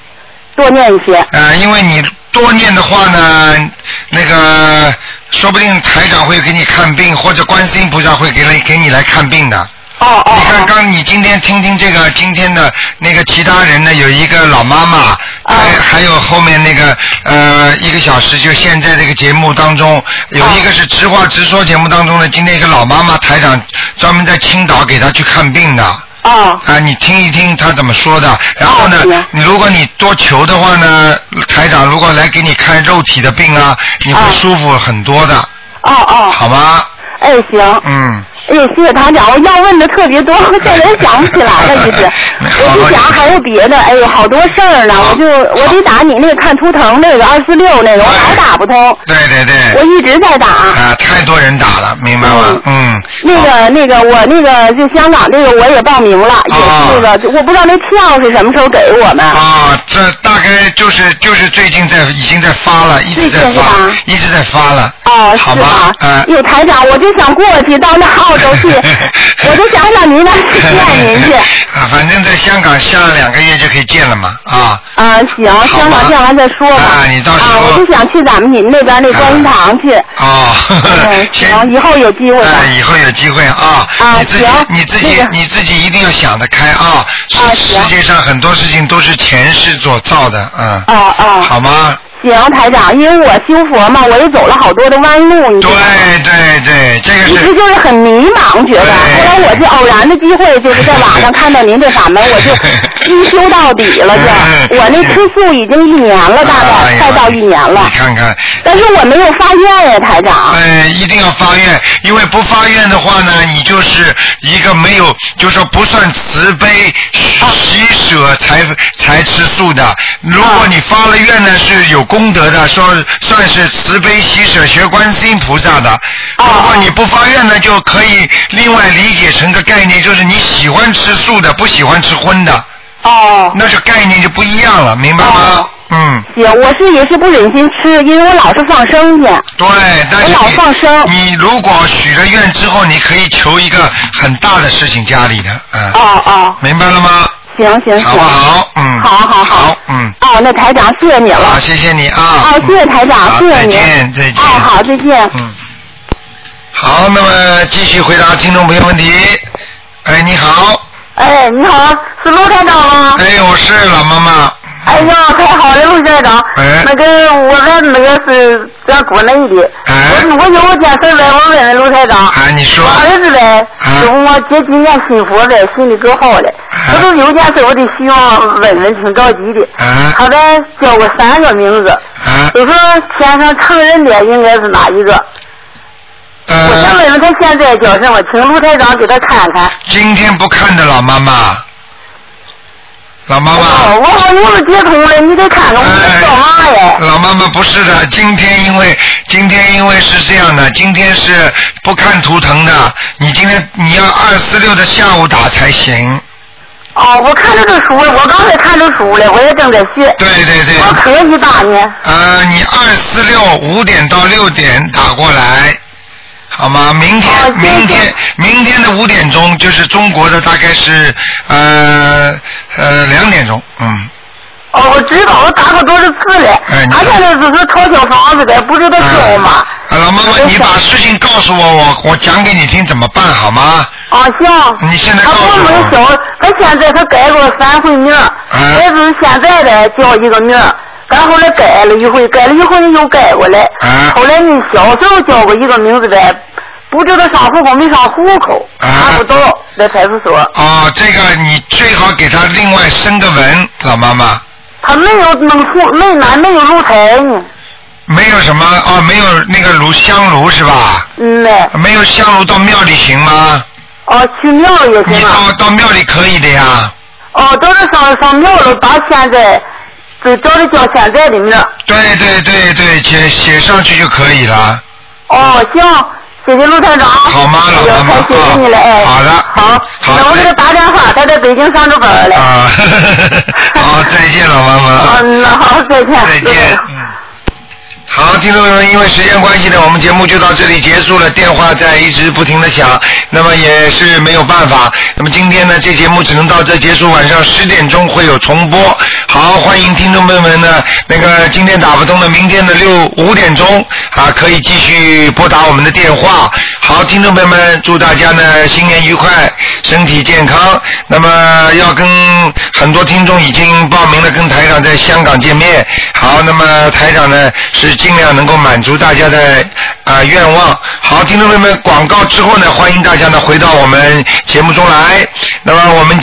多念一些。呃，因为你多念的话呢，那个说不定台长会给你看病，或者观世音菩萨会给来给你来看病的。哦哦你看，哦，刚你今天听听这个今天的那个其他人呢，有一个老妈啊妈，还、还有后面那个呃一个小时，就现在这个节目当中有一啊个是直话直说节目当中的，今天一个老妈妈台长专门在青岛给她去看病的。哦啊，你听一听他怎么说的，然后呢好的，你如果你多求的话呢，台长如果来给你看肉体的病啊，你会啊舒服很多的，哦哦，好吗？哎行，嗯，哎谢谢团长，我要问的特别多，我现在也想不起来了，就是好我就想还有别的，哎呦好多事儿呢，我就我得打你那个看图腾那个二四六那个，我老打不通，对对我对，一直在打。啊，太多人打了，明白吗？嗯，那好个那个，我那个就香港这个我也报名了，也哦是那个，我不知道那票是什么时候给我们。啊，这大概就是就是最近在已经在发了，一直在最近是发吧，一直在发了，哦，好是吧吧？？啊，，有台长，我就想过去到那澳洲去 *laughs* 我就想让您呢去见您去。啊，反正在香港下两个月就可以见了嘛，啊。啊，行，香港见完再说吧。啊你到时候啊，我就想去咱们你们那边那观音堂去。 *laughs* 哦，呵呵 *laughs* 嗯，先行，以后有机会吧哎，。以后有机会啊，啊你自己行你自己、那个你自己一定要想得开啊！世、啊世行界上很多事情都是前世所造的，嗯，哦哦，好吗？行，台长，因为我修佛嘛，我也走了好多的弯路，你知道吗？对对对，这个一直是就是很迷茫，觉得。对后来我就偶然的机会，就是在网上看到您这法门，我就一修到底了就。嗯我那吃素已经一年了，大哎概呀快到一年了你，看看，但是我没有发愿呀，台长。呃，一定要发愿，因为不发愿的话呢，你就是一个没有，就说不算慈悲、喜舍才才吃素的。如果你发了愿呢，是有功德的，说算是慈悲喜舍学观世音菩萨的。如果你不发愿呢，就可以另外理解成个概念，就是你喜欢吃素的，不喜欢吃荤的，哦。那就概念就不一样了，明白吗哦？嗯。行，我是也是不忍心吃，因为我老是放生去。对，但是你我老放生你如果许了愿之后，你可以求一个很大的事情家里的，嗯，哦哦，明白了吗？行行好不行。好？嗯，好好好好，嗯，哦，那台长谢谢你好，了。谢谢你啊。哦，谢谢台好长，谢谢再您。见，再见。哦，好，再见。嗯，好，那么继续回答听众朋友问题。哎，你好，哎，你好，是陆台长吗？哎，我是老妈妈，哎呀，太好了，陆站长。哎那个我们那个是咱国内的。哎我我有件事呗，我问问陆台长。哎，你说我，儿子呗，哎跟我姐今年信佛呗，心里可好了。哎我都有件事，我得希望问问，挺着急的。哎他呗叫我三个名字，哎，就说天上成人的应该是哪一个？我想呃，问问他现在叫什么，请陆台长给他看看。今天不看的老妈妈，老妈妈。哦，我好容易接通了，你得看看我哎的小妈呀。老妈妈不是的，今天因为今天因为是这样的，今天是不看图腾的，你今天你要二四六的下午打才行。哦，我看着这书了，我刚才看着书了，我也正在学。对对对。我可以打呢。呃，你二四六五点到六点打过来，好吗？明天、哦明天明天的五点钟就是中国的大概是呃呃两点钟，嗯。哦，我知道，我打过多少次了。哎你他现在只是抄小房子的，不知道交吗？啊，老妈妈，你把事情告诉我，我我讲给你听怎么办，好吗？啊，行。你现在他告我诉没我。小，他现在他改过三回名儿，也是现在的叫一个名儿，然后来改了一回，改了一回又改过来。后来你小时候叫过一个名字的，不知道上户口没上户口，查不到，在派出所。哦，这个你最好给他另外升个文，老妈妈。他没有弄户，没拿，没有露台呢。没有什么哦，没有那个炉香炉是吧？嗯没有香炉到庙里行吗？哦，去庙里行吗？你到到庙里可以的呀。哦，都是上上庙了，把现在就找的叫现在的名儿。对对对对，写写上去就可以了。哦，行，谢谢卢台长。好吗，老妈妈。太谢谢你了，哎。好啊的。好。那我给他打电话，他在北京上着班嘞。啊， *laughs* 好，再见，老妈妈。嗯，那好，再见。再见。嗯。好，听众朋友们，因为时间关系呢，我们节目就到这里结束了。电话在一直不停的响，那么也是没有办法。那么今天呢，这节目只能到这结束，晚上十点钟会有重播。好，欢迎听众朋友们呢，那个今天打不通的，明天的六五点钟啊，可以继续拨打我们的电话。好，听众朋友们，祝大家呢新年愉快，身体健康。那么要跟很多听众已经报名了，跟台长在香港见面。好，那么台长呢是尽量能够满足大家的啊、呃愿望。好，听众朋友们，广告之后呢，欢迎大家呢回到我们节目中来。那么我们。